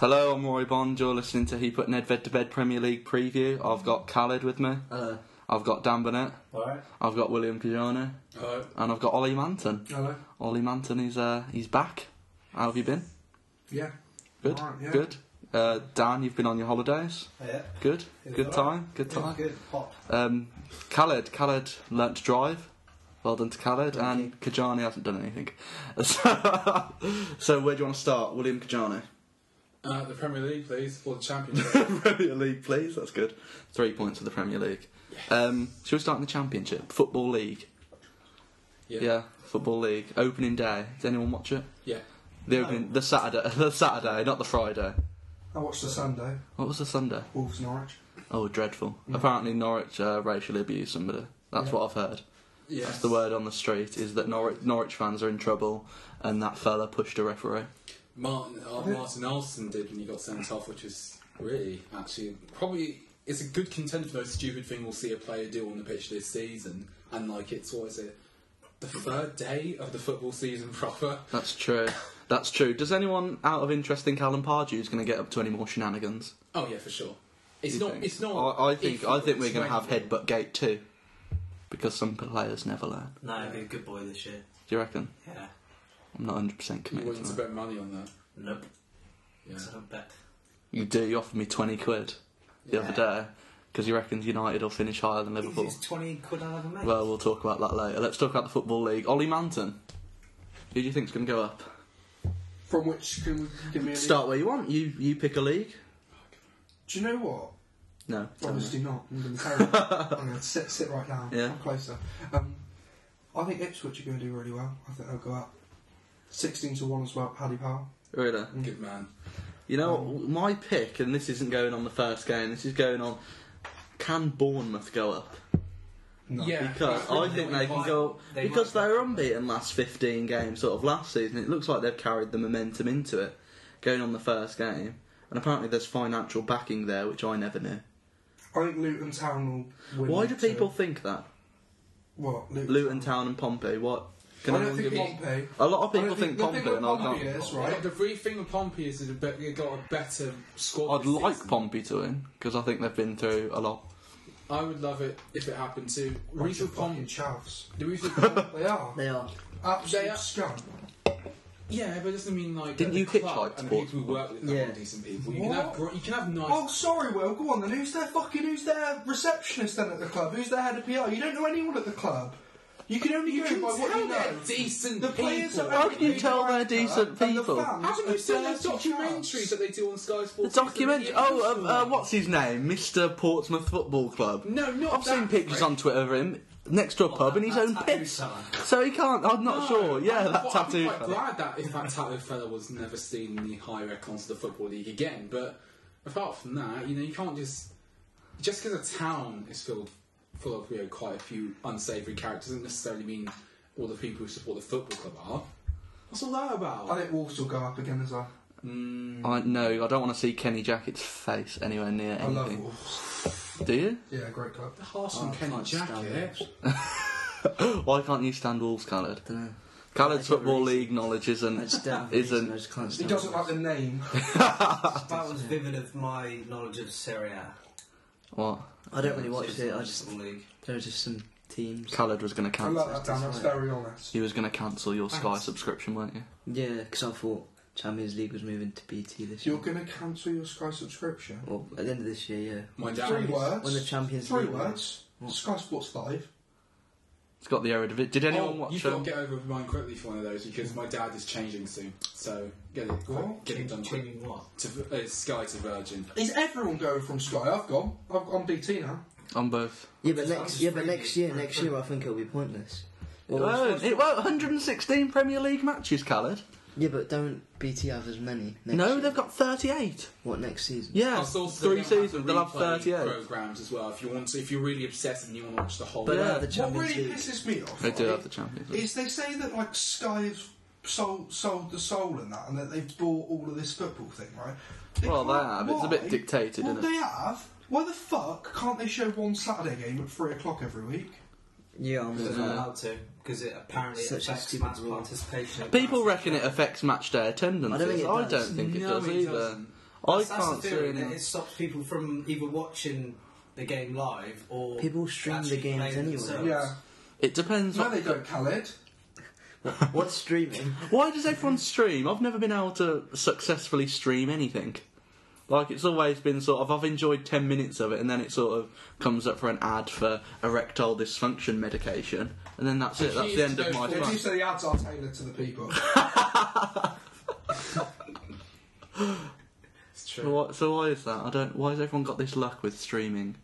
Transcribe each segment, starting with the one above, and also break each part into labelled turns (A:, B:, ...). A: Hello, I'm Roy Bond. You're listening to He Put Nedved to Bed Premier League preview. I've got Khaled with me.
B: Hello.
A: I've got Dan Burnett.
B: Alright.
A: I've got William Cajano.
B: Hello.
A: And I've got Ollie Manton.
B: Hello.
A: Ollie Manton is uh, he's back. How have you been?
B: Yeah.
A: Good.
B: Alright, yeah.
A: Good. Uh, Dan, you've been on your holidays.
B: Yeah.
A: Good.
B: It was
A: Good
B: alright.
A: time. Good
B: It was
A: time.
B: good. Hot.
A: Um, Khaled, Khaled learnt to drive. Well done to Khaled, and Kajani hasn't done anything. So, so where do you want to start, William Kajani?
C: Uh, the Premier League, please, for the Championship.
A: Premier League, please. That's good. Three points for the Premier League. Um, shall we start in the Championship? Football League.
C: Yeah.
A: Yeah, Football League. Opening day. Did anyone watch it?
C: yeah.
A: The opening, the Saturday, the Saturday, not the Friday.
B: I watched the Sunday.
A: What was the Sunday?
B: Wolves Norwich.
A: Oh, dreadful. Apparently Norwich uh, racially abused somebody. That's
B: Yeah.
A: what I've heard.
C: Yeah.
A: That's the word on the street is that Norwich, Norwich fans are in trouble, and that fella pushed a referee.
C: Martin uh, Martin Olsen did when he got sent off, which is really actually probably it's a good contender for the most stupid thing we'll see a player do on the pitch this season. And like it's what is it? The third day of the football season proper.
A: That's true. That's true. Does anyone out of interest think Alan Pardew's going to get up to any more shenanigans?
C: Oh yeah, for sure. It's
A: You
C: not.
A: think?
C: It's not.
A: I, I think.
C: if-
A: I think we're
C: it's
A: going to
C: when-
A: have headbutt gate two, because some players never learn.
D: No, he'll be a good boy this year.
A: Do you reckon?
D: Yeah.
A: I'm not 100 percent
C: You
A: committed.
C: willing
A: To
C: to
A: that.
C: bet money on that?
D: Nope.
C: Yeah.
D: So I don't bet.
A: You do. You offered me 20 quid the other day because you reckon United will finish higher than Liverpool.
D: It's 20 quid I'll have a mate.
A: Well, we'll talk about that later. Let's talk about the football league. Ollie Manton. Who do you think's going to go up?
B: From which can we give me a
A: Start where you want. You you pick a league.
B: Do you know what?
A: No.
B: Obviously not. I'm going to carry on. I'm going to sit, sit right down.
A: Yeah.
B: I'm closer. Um, I think Ipswich are going to do really well. I think they'll go up. 16 to 1 as well, Paddy Power.
A: Really?
C: Good man.
A: You know, my pick, and this isn't going on the first game. This is going on. Can Bournemouth go up?
B: No.
C: Yeah.
A: Because I think they can go
D: They
A: because
D: might.
A: they were unbeaten last 15 games sort of last season. It looks like they've carried the momentum into it, going on the first game. And apparently there's financial backing there, which I never knew.
B: I think Luton Town will win.
A: Why do
B: it,
A: people
B: so-
A: think that
B: What? Luton,
A: Luton Town and Pompey? What? Can
B: I don't
A: anyone give
B: think
A: me?
B: Pompey.
A: A lot of
B: I
A: people
B: don't
A: think
B: the thing
A: Pompey,
B: with
A: and I
B: Pompey
A: can't.
B: is, right?
C: The brief thing with Pompey is that they've got a better squad.
A: I'd
C: this
A: like
C: season.
A: Pompey to win because I think they've been through a lot.
C: I would love it if it happened to
B: Bunch
C: Reason
B: of fucking
C: Pom.
B: chavs.
C: The reason Pom.
B: They are.
A: They are.
B: Absolute
C: They are-
B: scum.
C: yeah, but it doesn't mean like
A: Didn't
C: the
A: you
C: club
A: hitchhike to
C: and the
A: Portsmouth?
C: people we work with that
A: Yeah.
C: are decent people. You can
B: What?
C: have gr- you can have nice.
B: Oh, sorry, Will. Go on then. Who's their fucking who's their receptionist then at the club? Who's their head of PR? You don't know anyone at the club. You can only go
C: can
B: by what you
C: tell
B: know.
C: they're decent
B: The players
C: people.
B: are
A: How can you
B: only
A: tell they're
B: director
A: decent
B: and the
A: people?
B: fans
C: Haven't you
B: are
C: seen those
B: dirty
C: documentaries
B: cunts.
C: that they do on Sky
A: The
C: Sports?
A: document. Oh, uh, uh, what's his name? Mr. Portsmouth Football Club.
C: No, not
A: I've seen
C: that
A: pictures
C: prick.
A: on Twitter of him next to a pub in his
D: that
A: own
D: tattoo
A: piss.
D: fella.
A: So he can't. I'm not sure. Yeah, that tattoo.
C: I'm quite
A: fella.
C: glad that if that tattoo fella was never seen in the higher echelons of the football league again. But apart from that, you know, you can't just just because a town is filled full of you know, quite a few unsavoury characters doesn't necessarily mean all the people who support the football club are. What's all that about?
B: I think Wolves will go up again as well.
A: I no, I don't want to see Kenny Jackett's face anywhere near
B: I
A: anything.
B: love Wolves.
A: Do you?
B: Yeah, great club.
C: Harsh on Kenny
A: can't stand
C: Jacket.
A: Why can't you stand Wolves, Khaled?
D: Dunno.
A: Khaled's
D: Like a
A: football
D: reason.
A: league knowledge
D: I just
A: isn't
D: don't have a reason, I
A: isn't.
D: just can't
B: He
D: stand
B: doesn't
D: it.
B: like the name.
D: That was vivid of my knowledge of Syria.
A: What?
E: I don't really watch it. I just
D: league.
E: there are just some teams.
A: Khaled was going to
B: I
A: cancel.
B: like that, Dan. That's very honest.
A: He was going to cancel your Sky
B: Thanks.
A: subscription, weren't you?
E: Yeah, because I thought Champions League was moving to BT this year.
B: You're going to cancel your Sky subscription?
E: Well, at the end of this year, yeah.
C: My dad.
B: Three
E: When the
B: words.
E: Champions
B: Three
E: League.
B: words. Sky Sports 5.
A: It's got the error of it. Did anyone
C: oh,
A: watch um,
C: You've
A: it?
C: got to get over mine quickly for one of those because my dad is changing soon. So get it, quick,
B: What?
C: get it done quick.
D: Changing what?
C: To, uh, Sky to Virgin.
B: Is everyone going from Sky? I've gone. I've, I'm BT now.
A: On both.
E: Yeah, but
D: Just
E: next
D: ask
E: yeah, but
D: three
E: next year,
D: for a
E: next
D: friend.
E: year I think it'll be pointless.
A: It
E: Well,
A: won't. It won't. 116 Premier League matches, Khaled.
E: yeah, but don't BT have as many? Next
A: No,
E: year?
A: they've got 38.
E: what next season?
A: Yeah,
C: Plus also
A: three
C: they'll have the
A: seasons. They'll have
C: replay
A: 38.
C: programs as well. If you want to, if you're really obsessed and you want to watch the whole.
E: but
A: yeah.
E: uh, the
B: What
E: Champions
B: really
E: League.
B: pisses me off
A: They do
B: right,
A: have the Champions League.
B: is they say that like Sky have sold, sold the soul and that, and that they've bought all of this football thing, right?
A: Well, they
B: can't-
A: have. It's a bit dictated,
B: Well,
A: isn't it?
B: they have. Why the fuck can't they show one Saturday game at three o'clock every week?
E: Yeah, I'm
D: They're
E: with
D: not
E: that.
D: allowed to because it apparently
E: Such a
D: affects
E: stupid
D: match
E: rule.
D: participation.
A: People reckon it affects match day attendance.
E: I don't think it
A: I
E: does.
A: don't think it
C: No,
A: does
C: it
A: either.
C: doesn't.
A: I
D: That's- that's
A: can't
D: the
A: see
D: theory, that
A: any.
D: it stops people from either watching the game live or
E: People stream the
D: actually
E: games
D: playing
E: anyway.
D: themselves.
B: Yeah.
A: It depends.
B: No,
A: On,
B: they don't, Khaled.
E: What's streaming?
A: why does everyone stream? I've never been able to successfully stream anything. Like it's always been sort of I've enjoyed ten minutes of it, and then it sort of comes up for an ad for erectile dysfunction medication, and then that's it. That's the end of my
B: Did you
A: time.
B: say the ads are tailored to the people?
C: It's
A: So
C: true.
A: why, so why is that? I don't. Why has everyone got this luck with streaming?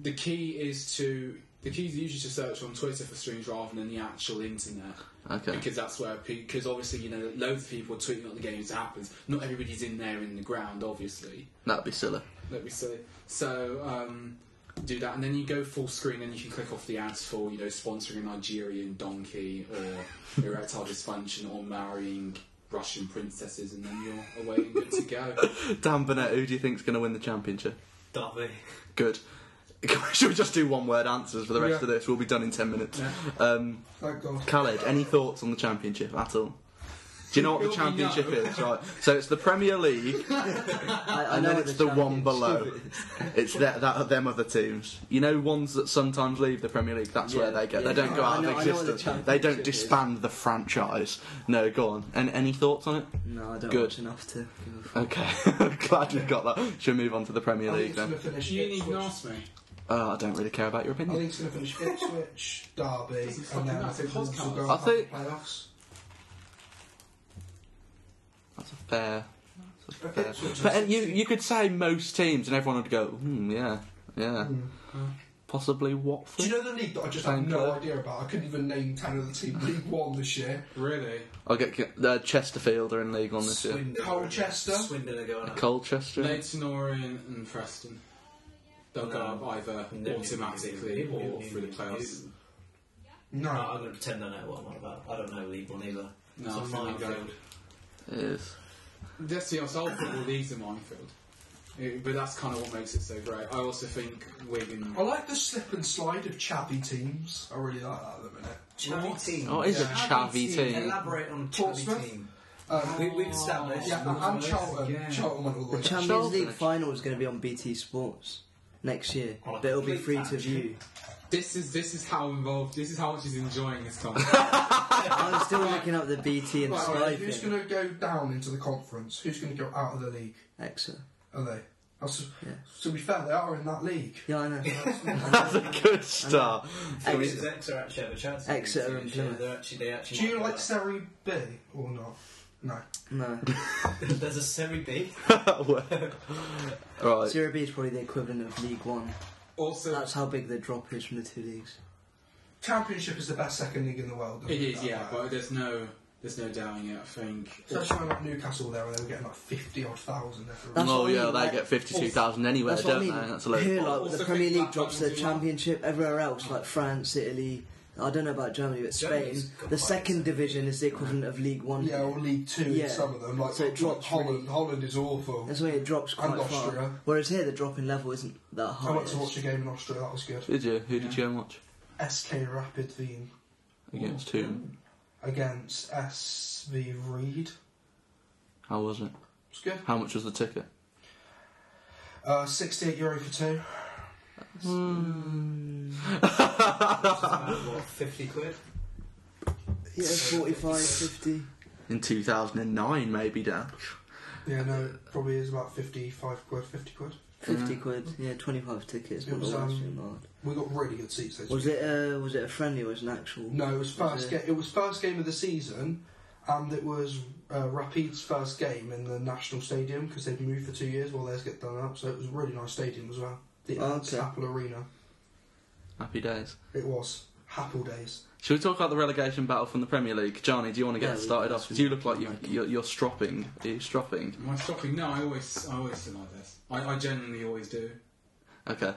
C: The key is to the key is usually to search on Twitter for streams rather than the actual internet.
A: Okay.
C: Because that's where, because obviously, you know, loads of people are tweeting at the games that happens. Not everybody's in there in the ground, obviously.
A: That'd be silly.
C: Let me see. So um, do that, and then you go full screen, and you can click off the ads for you know sponsoring a Nigerian donkey or erectile dysfunction or marrying Russian princesses, and then you're away and good to go.
A: Dan Burnett, who do you think's going to win the championship?
D: Darby.
A: Good. Should we just do one word answers for the rest of
B: Yeah.
A: this? We'll be done in 10 minutes.
C: Yeah.
A: Um,
B: Thank God.
A: Khaled, any thoughts on the championship at all? Do you know what the
C: Surely
A: championship
C: no.
A: is? Right. So it's the Premier League,
E: I, I
A: and
E: know
A: then
E: what
A: it's the one
E: championship
A: below.
E: is.
A: It's that, that them other teams. You know, ones that sometimes leave the Premier League. That's where
E: Yeah,
A: they go.
E: yeah.
A: they don't go
E: I
A: out
E: know- I
A: of
E: know what the
A: existence. they don't
E: championship is.
A: disband the franchise. No, go on. And any thoughts on it?
E: No, I don't
A: Good.
E: watch enough to. give a f-
A: Okay, glad we got that. Should we move on to the Premier
B: I think
A: League
B: it's going
A: then?
B: to finish
C: You didn't even
B: Ipswich.
C: ask me.
A: Oh, I don't really care about your
B: I
A: opinion.
B: think it's going to finish Ipswich, Derby,
C: Doesn't fucking
B: and
C: matter,
B: then I think
C: it's a
B: Wolves will
C: podcast.
B: go
A: I
B: up in the
A: think-
B: playoffs.
A: That's a fair. That's a fair.
B: Ipswich
A: But uh,
B: are
A: you you could say most teams, and everyone would go, hmm, yeah, yeah,
B: Hmm.
A: possibly
B: Do
A: Watford.
B: you know the league that I just have
A: Thank
B: no
A: God.
B: idea about? I couldn't even name 10 of the team. League 1 this year.
C: Really?
A: I'll get uh, Chesterfield are in League One this year.
D: Swindon.
B: Colchester.
D: Swindon are going up.
A: Colchester.
C: Leighton Orient and Preston. They'll go up either
D: Um, No.
C: automatically or through the playoffs.
D: No,
B: No.
D: I'm going to pretend I know what I'm on about. I don't know League One either.
C: No,
D: It's
C: I think
D: a
C: I'll go-
D: minefield.
A: It is.
C: That's the outside football league's a minefield. It- But that's kind of what makes it so great. I also think Wigan.
B: I like the slip and slide of chabby teams. I really like that at the minute.
D: Chavy team.
A: Oh, it is a
C: Yeah.
A: chavvy
C: Chavvy
A: team.
D: Elaborate on
B: Portsmouth?
D: Chavy team.
B: Um,
D: We, we've established.
B: yeah, and- and Charlton.
C: Yeah.
B: Charlton went all the
E: The
B: way down.
E: Champions
A: Charlton.
E: League final is going to be on BT Sports next year,
D: Oh,
E: but it'll be
D: complete
E: free to
D: tangent.
E: view.
C: This is this is how involved. This is how much he's enjoying his conversation.
E: I'm Oh, still looking up the BT and
B: Right,
E: Sky
B: alright, who's
E: thing.
B: going to go down into the conference? Who's going to go out of the league?
E: Excellent.
B: Are they? That's,
E: Yeah.
B: To be fair, they are in that league.
E: Yeah, I know.
A: That's a good start. Can we-
D: Exeter Exeter actually have a chance. of
E: Exeter
D: being
E: and
D: serious.
E: Plymouth.
D: They're actually, they actually
B: Do you
D: might
B: like
D: go
B: Serie B or not? No.
E: no,
D: up. There's a Serie B.
A: right.
E: Serie B is probably the equivalent of League One.
C: also,
E: That's how big the drop is from the two leagues.
B: Championship is the best second league in the world.
C: it is yeah, but there's no there's no doubting it. I think
B: Especially when like Newcastle there, and they were getting like 50 odd thousand every
E: That's
A: oh
E: what I
A: yeah,
E: mean,
A: they
E: like- oh,
A: get fifty-two thousand anywhere,
E: That's what I
A: don't
E: mean.
A: they? That's a load.
E: Here,
A: of-
E: like,
C: Also
E: the Premier
C: think
E: League
C: that
E: drops
C: doesn't
E: the
C: do well.
E: championship. Everywhere else, like France, Italy, I don't know about Germany, but Spain,
D: Germany's got
E: the
D: quite
E: second
D: a-
E: division is the equivalent of League One.
B: Yeah, or League Two
E: Yeah.
B: in some of them. Like,
E: So it drops
B: Holland.
E: really-
B: Holland is awful.
E: That's why it drops
B: And
E: quite far.
B: Austria.
E: Whereas here, the drop in level isn't that high.
B: I went to watch a game in Austria. That was good.
A: Did you? Who did you go and watch
B: SK Rapid Wien
A: against? Who?
B: against SV Reed.
A: How was it?
B: It's good.
A: How much was the ticket?
B: Uh, 68 euro for two.
E: Hmm.
D: About, what, 50 quid?
E: Yeah, 45, 50.
A: In two thousand and nine, maybe, Dan.
B: Yeah, no, it probably is about 55 quid, 50 quid.
E: 50 quid, yeah, 25 tickets.
B: It
E: Not
B: was,
E: the worst
B: um,
E: thing, like.
B: We got really good seats. Those
E: Was it uh, was it a friendly or was it an actual?
B: No, it was first.
E: it-
B: Ga- it was first game of the season, and it was uh, Rapid's first game in the national stadium because they'd moved for two years while theirs get done up. So it was a really nice stadium as well. The
E: Oh,
B: Ernst
E: okay.
B: Happel Arena.
A: Happy days.
B: It was Happel days.
A: Should we talk about the relegation battle from the Premier League? Johnny, do you want to get
E: Yeah, we-
A: started off? 'Cause you look like you, you're, you're stropping. Are you stropping?
C: am I stopping? No, I always I always feel like this. I, I genuinely always do.
A: Okay.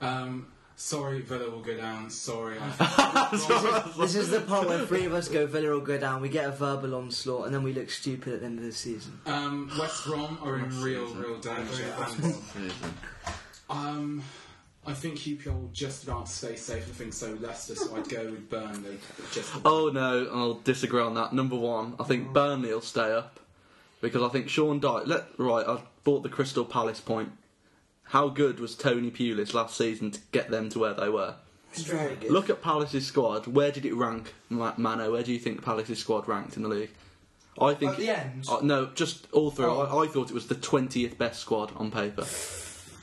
C: Um, sorry, Villa will go down. Sorry, I
E: This is the part where three of us go Villa or go down. We get a verbal onslaught and then we look stupid at the end of the season.
C: Um, West Brom are in real, real danger. And, um, I think QPR will just about stay safe. I think so. Leicester, so I'd go with Burnley. Just
B: Mm.
A: Oh no, I'll disagree on that. Number one, I think Burnley will stay up. because I think Sean Dyche. Let, right, I bought the Crystal Palace point. How good was Tony Pulis last season to get them to where they were?
E: It's very good.
A: Look at Palace's squad. Where did it rank, Ma- Mano? Where do you think Palace's squad ranked in the league? I think
B: At the end?
E: Oh.
A: Uh, no, just all through.
B: Oh.
A: I, I thought it was the twentieth best squad on paper.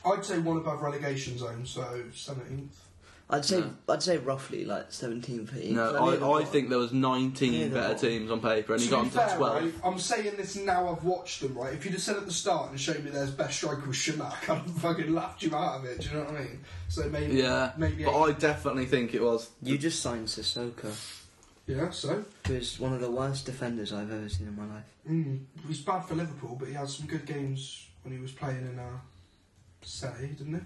B: I'd say one above relegation zone, so 17th.
E: I'd say I'd say roughly like 17 for each.
A: No,
E: Like,
A: I, I think there was
E: Near
A: nineteen
E: the
A: better
E: bottom.
A: teams on paper, and he
B: To
A: got
B: be
A: them to
B: fair,
A: twelve.
B: right, I'm saying this now I've watched them, right? If you'd have said at the start and showed me there's best striker was Shimak, I'd have fucking laughed you out of it, do you know what I mean? So maybe.
A: Yeah,
B: Maybe.
A: but I definitely think it was.
E: You just signed Sissoko,
B: yeah, so.
E: who is one of the worst defenders I've ever seen in my life.
B: Mm, he's bad for Liverpool, but he had some good games when he was playing in our city, didn't he?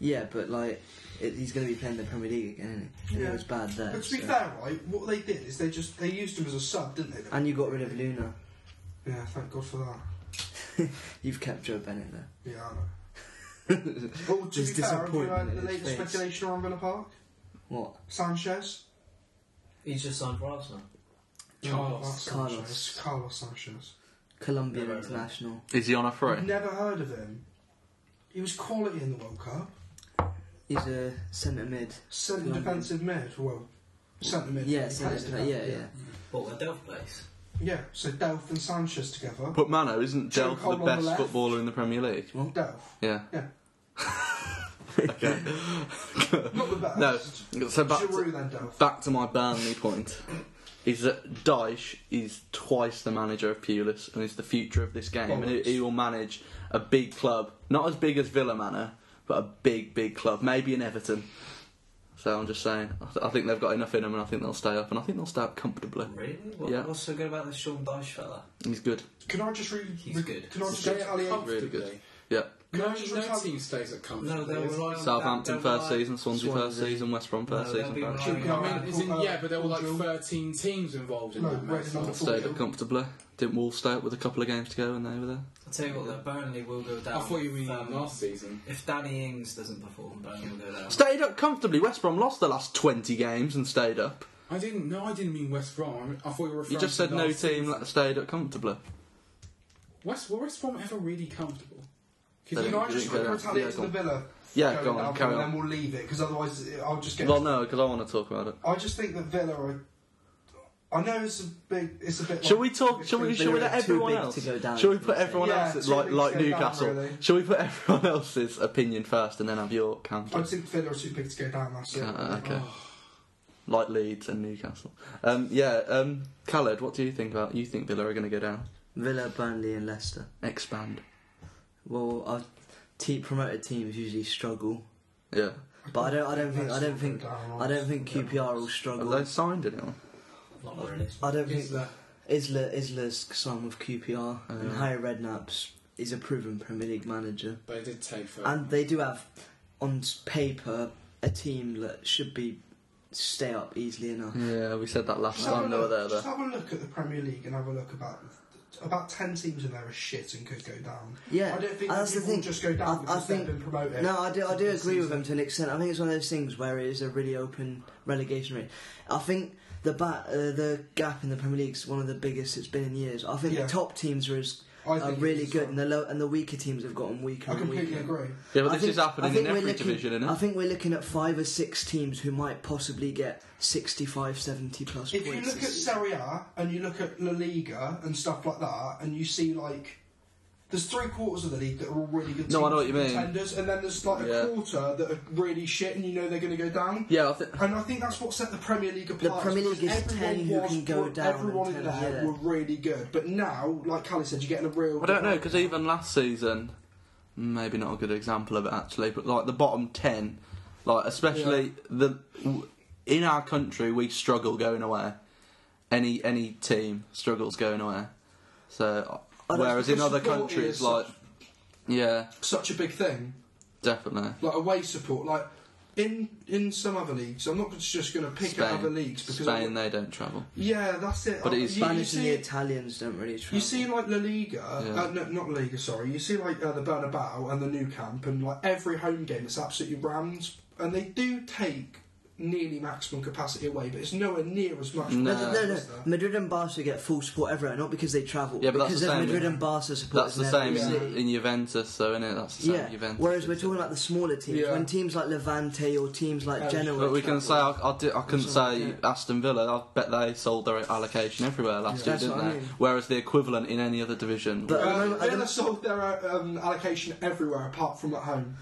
E: Yeah, but like it, he's going to be playing the Premier League again, isn't he? And
B: Yeah.
E: it was bad there.
B: But to be
E: so-
B: fair, right, what they did is they just they used him as a sub, didn't they?
E: And you got rid of Luna.
B: yeah, thank God for that.
E: You've kept Joe Bennett there.
B: Yeah, I know. Well, to
E: There's
B: be fair, have you heard the
E: disappointment in his
B: latest
E: face.
B: speculation around Villa Park?
E: What?
B: Sanchez?
D: He's just signed for Arsenal.
C: Carlos.
B: Carlos
E: Carlos.
B: Sanchez. Carlos Sanchez.
E: Colombian
D: Yeah, right.
E: international.
A: Is he on a free?
B: Never heard of him. He was quality in the World Cup.
E: He's a centre mid.
B: Centre
E: London.
B: defensive mid. Well, centre mid.
E: Yeah,
B: He
E: centre
B: plays
E: mid. Yeah,
B: defence,
E: yeah.
D: What, a Delft place?
B: yeah. Yeah, so Delph and Sanchez together.
A: But Mano isn't
B: Joe
A: Delph
B: Cole
A: the
B: on the
A: best
B: left.
A: footballer in the Premier League.
B: Delph.
A: Yeah.
B: Yeah.
A: Okay.
B: Not the best.
A: no. So back
B: Giroud
A: to,
B: then Delph.
A: back to my Burnley point is that Dyche is twice the manager of Pulis and is the future of this game, and he, he will manage a big club, not as big as Villa Manor, but a big, big club, maybe in Everton. So I'm just saying, I, th- I think they've got enough in them, and I think they'll stay up, and I think they'll stay up comfortably.
D: Really? What,
A: Yeah.
D: What's so good about this Sean Dyche fella?
A: He's good.
B: Can I just read?
D: He's
B: re-
D: good.
B: Can I just
C: Stay up
B: retaliate?
C: comfortably.
A: Really good. Yeah.
B: Can
C: No,
B: I just
C: no
B: retaliate?
C: team stays at
D: No,
C: comfortably.
D: they'll rely on
A: Southampton
D: they'll- they'll
A: first
D: rely-
A: season, Swansea first
E: Swansea.
A: season, West Brom first
D: No, they'll
A: season.
D: be
A: Barnsley.
D: relying
B: Yeah,
D: on
B: I
C: I mean, is in,
B: Uh,
C: yeah, but there were like
B: Cornwall.
C: 13 teams involved in
B: No,
C: that
B: right,
C: mess.
B: number four.
A: Stayed up comfortably. Didn't Wolves stay up with a couple of games to go and they were there?
D: I'll tell you what, though, Burnley will go down.
C: I thought you
D: if,
C: mean
D: um,
C: last season.
D: If Danny Ings doesn't perform, Burnley will go down.
A: Stayed up comfortably. West Brom lost the last 20 games and stayed up.
C: I didn't. No, I didn't mean West Brom. I thought you were referring.
A: You just
C: to
A: said no
C: last
A: team
C: season.
A: that stayed up comfortably.
C: West were West Brom ever really comfortable?
A: They
C: Because
B: Can
A: didn't-
B: I just
A: they didn't go down.
B: retaliate
A: Yeah,
B: to
A: go
B: the
A: on.
B: Villa?
A: Yeah,
B: going
A: go on,
B: down
A: carry
B: and
A: on.
B: then we'll leave it because otherwise I'll just get.
A: Well, no, because I want to talk about it.
B: I just think that Villa are. I know it's a big. It's a bit.
A: Shall we
B: like-
A: talk? Shall we?
E: They
A: Shall we
E: were
A: let
E: too
A: everyone
E: big
A: else?
E: to go down,
A: Shall we
E: I
A: put
E: think.
A: everyone
B: Yeah,
A: else's
B: too
A: like
B: big
A: like
B: to go down,
A: Newcastle?
B: really.
A: Shall we put everyone else's opinion first and then have your
B: I
A: counter?
B: think Villa are too big to go down. That's it.
A: Uh, okay.
C: Oh.
A: Like Leeds and Newcastle. Um, yeah, um, Khaled, what do you think about? You think Villa are going to go down?
E: Villa, Burnley, and Leicester.
A: Expand.
E: Well, our te- promoted teams usually struggle,
A: Yeah.
E: but I don't. I don't think. I
B: Leicester
E: don't think.
B: will go down,
E: I don't think QPR will
A: Have
E: struggle.
A: they signed anyone?
D: Not really.
E: I don't think
C: Is that
E: Isla Isla's signed with QPR and
A: yeah.
E: Harry Redknapp's is a proven Premier League manager,
C: they did take for?
E: and they do have on s- paper a team that should be stay up easily enough.
A: Yeah, we said that last
B: Just have, a
A: time. No,
B: look,
A: they're
B: just
A: there.
B: have a look at the Premier League and have a look about about ten teams in there are shit and could go down.
E: Yeah,
B: I don't think
E: and that's the
B: people
E: thing.
B: just go down
E: I, I
B: because they've
E: think
B: been promoted.
E: no, I do. I do
B: this
E: agree with
B: season.
E: him to an extent. I think it's one of those things where it is a really open relegation rate. I think the bat, uh, the gap in the Premier League is one of the biggest it's been in years. I think
B: Yeah.
E: the top teams are as
B: I
E: are
B: think it
E: really
B: is,
E: good,
B: uh,
E: and the low, and the weaker teams have gotten weaker
B: I
E: and
B: completely
E: weaker.
B: agree.
A: Yeah, but
E: I
A: this
E: think-
A: is
E: I
A: happening
E: think
A: in
E: we're
A: every
E: looking-
A: division, isn't
E: I
A: it?
E: think we're looking at five or six teams who might possibly get 65, 70 plus
B: If you
E: points.
B: look at Serie A and you look at La Liga and stuff like that, and you see like there's three quarters of the league that are all really good.
A: No, I know what
B: teams,
A: you mean.
B: Contenders, and then there's like
A: Yeah.
B: a quarter that are really shit, and you know they're going to go down.
A: Yeah, I think.
B: And I think that's what set the Premier League apart.
E: Premier League
B: because
E: is
B: everyone
E: 10 who
B: was-
E: can go down
B: Everyone
E: and
B: in
E: 10,
B: there
E: yeah.
B: were really good, but now, like Callie said, you're getting a real.
A: I don't know because even last season, maybe not a good example of it actually, but like the bottom ten, like especially the w- in our country we struggle going away. Any any team struggles going away. So
E: don't
A: whereas in
B: because
A: other
B: support
A: countries,
B: is-
A: like yeah,
B: such a big thing,
A: definitely.
B: like away support, like. In, in some other leagues, I'm not just going to pick
A: Spain,
B: at other leagues because I-
A: Spain they don't travel.
B: yeah, that's it. Uh,
A: But it is
B: You- you
E: Spanish and
B: see
E: the
B: it-
E: Italians don't really. Travel.
B: You see, like La Liga,
A: Yeah.
B: uh, no, not La Liga, sorry. You see, like uh, the Bernabeu and the New Camp, and like every home game, it's absolutely rammed, and they do take nearly maximum capacity away, but it's nowhere near as much.
A: No.
E: No, no, no.
B: as there.
E: Madrid and Barca get full support everywhere, not because they travel.
A: Yeah, but that's
E: because
A: the
E: there's
A: same,
E: Madrid
A: yeah.
E: and Barca support.
A: That's the same
B: Yeah.
A: in, in Juventus, though, isn't it? That's the same
E: Yeah.
A: in Juventus.
E: Whereas we're talking about the smaller teams.
B: Yeah.
E: When teams like Levante or teams like
B: Oh,
E: Genoa.
A: But we can say I, I, did, I couldn't say
E: Something,
A: Aston Villa. I bet they sold their allocation everywhere last year,
E: Yeah. That's
A: didn't
E: what I
A: they?
E: mean.
A: Whereas the equivalent in any other division,
E: But-
A: was-
E: I
B: Um,
E: don't- I
B: Villa
E: don't-
B: sold their um, allocation everywhere apart from at home,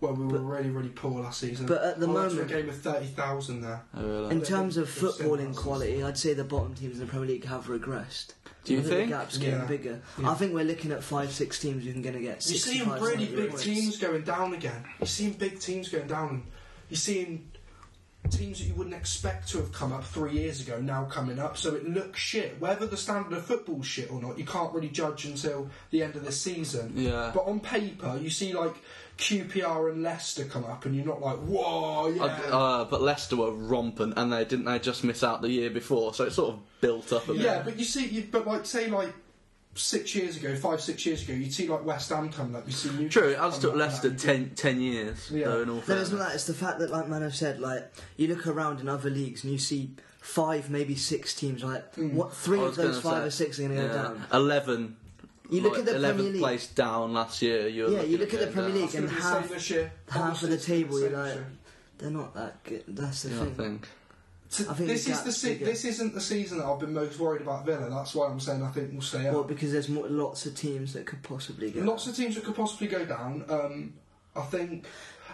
B: where we were
E: But-
B: really, really poor last season.
E: But at the
B: I went
E: moment-
B: to a game of thirty thousand there.
A: Oh, really?
E: in terms of
B: It's the same
E: footballing
B: as-
E: quality, I'd say the bottom teams in the Premier League have regressed.
A: Do you
E: I think
A: think?
E: the gap's getting
B: Yeah.
E: bigger?
B: Yeah.
E: I think we're looking at five, six teams who can going to get.
B: You're
E: 65,
B: seeing really
E: 70
B: big
E: points.
B: teams going down again. You're seeing big teams going down. And you're seeing teams that you wouldn't expect to have come up three years ago now coming up. So it looks shit. Whether the standard of football's shit or not, you can't really judge until the end of this season.
A: Yeah.
B: But on paper, you see like QPR and Leicester come up, and you're not like, whoa, yeah.
A: Uh, uh, but Leicester were romping, and they didn't they just miss out the year before, so it sort of built up a
B: yeah,
A: bit.
B: but you see, you, but like say like. Six years ago, five six years ago, you'd see like West Ham coming up. You see Newcastle
A: True, it has
B: coming
A: took
B: up,
A: Leicester
B: and that.
A: 10, 10 years.
B: Yeah.
A: Though, in all
E: No,
A: fairness.
E: it's not that. It's the fact that, like Mano said, like you look around in other leagues and you see five, maybe six teams. Like
B: Hmm.
E: what? Three
A: I
E: of
A: was
E: those
A: gonna
E: five
A: say,
E: or six are going to
A: yeah,
E: go down.
A: Eleven.
E: You look
A: like,
E: at the
A: eleventh
E: Premier League.
A: place down last year. You're
E: Yeah, you look at the
A: going
E: Premier
A: down.
E: League
B: It's
E: and
B: gonna be the
E: half-
B: same this year.
E: half of
B: Obviously,
E: the
B: it's
E: table.
B: gonna
E: You're
B: be the
E: like,
B: same this year.
E: they're not that good. That's the
A: Yeah, I
E: thing.
A: think.
B: So
E: I think
B: this
E: the
B: is the
E: gap's
B: se-
E: bigger.
B: this isn't the season that I've been most worried about Villa. That's why I'm saying I think we'll stay
E: Well,
B: up.
E: because there's more, lots of teams that could possibly go.
B: Lots of teams that could possibly go down. Um, I think.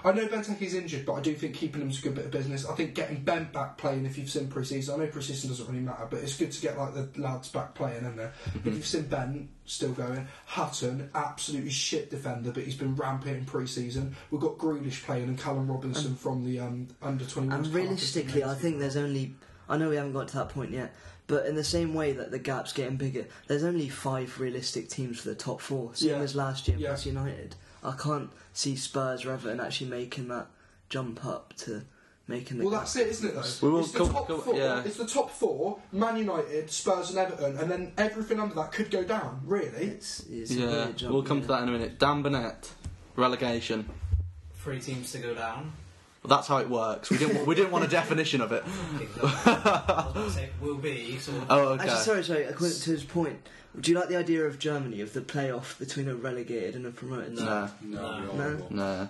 B: I know Benteke's injured, but I do think keeping him's a good bit of business. I think getting Bent back playing if you've seen pre-season. I know pre-season doesn't really matter, but it's good to get like the lads back playing, isn't it?
E: Mm-hmm.
B: If you've seen Bent still going, Hutton absolutely shit defender, but he's been rampant in pre-season. We've got Grealish playing and Callum Robinson from the um, under twenty one.
E: and realistically, I think there's only. I know we haven't got to that point yet, but in the same way that the gap's getting bigger, there's only five realistic teams for the top four, same
B: Yeah.
E: as last year
B: Yeah.
E: plus United. I can't see Spurs or Everton actually making that jump up to making the.
B: Well,
E: gap.
B: that's it, isn't it? Though
A: We will
B: it's the
A: come-
B: top
A: come-
B: four.
A: yeah.
B: It's the top four: Man United, Spurs, and Everton, and then everything under that could go down. Really,
E: It's, it's a
A: Yeah,
E: big jump,
A: we'll come
E: yeah.
A: to that in a minute. Dan Burnett, relegation.
D: Three teams to go down.
A: Well, that's how it works. We didn't we didn't want a definition of it.
D: Big club. I was gonna say, will be sort of
A: Oh, okay.
E: Actually, sorry, sorry. According to his point, do you like the idea of Germany of the playoff between a relegated and a promoted?
A: No,
C: No,
D: No.
C: you're
E: No.
C: all-
A: no.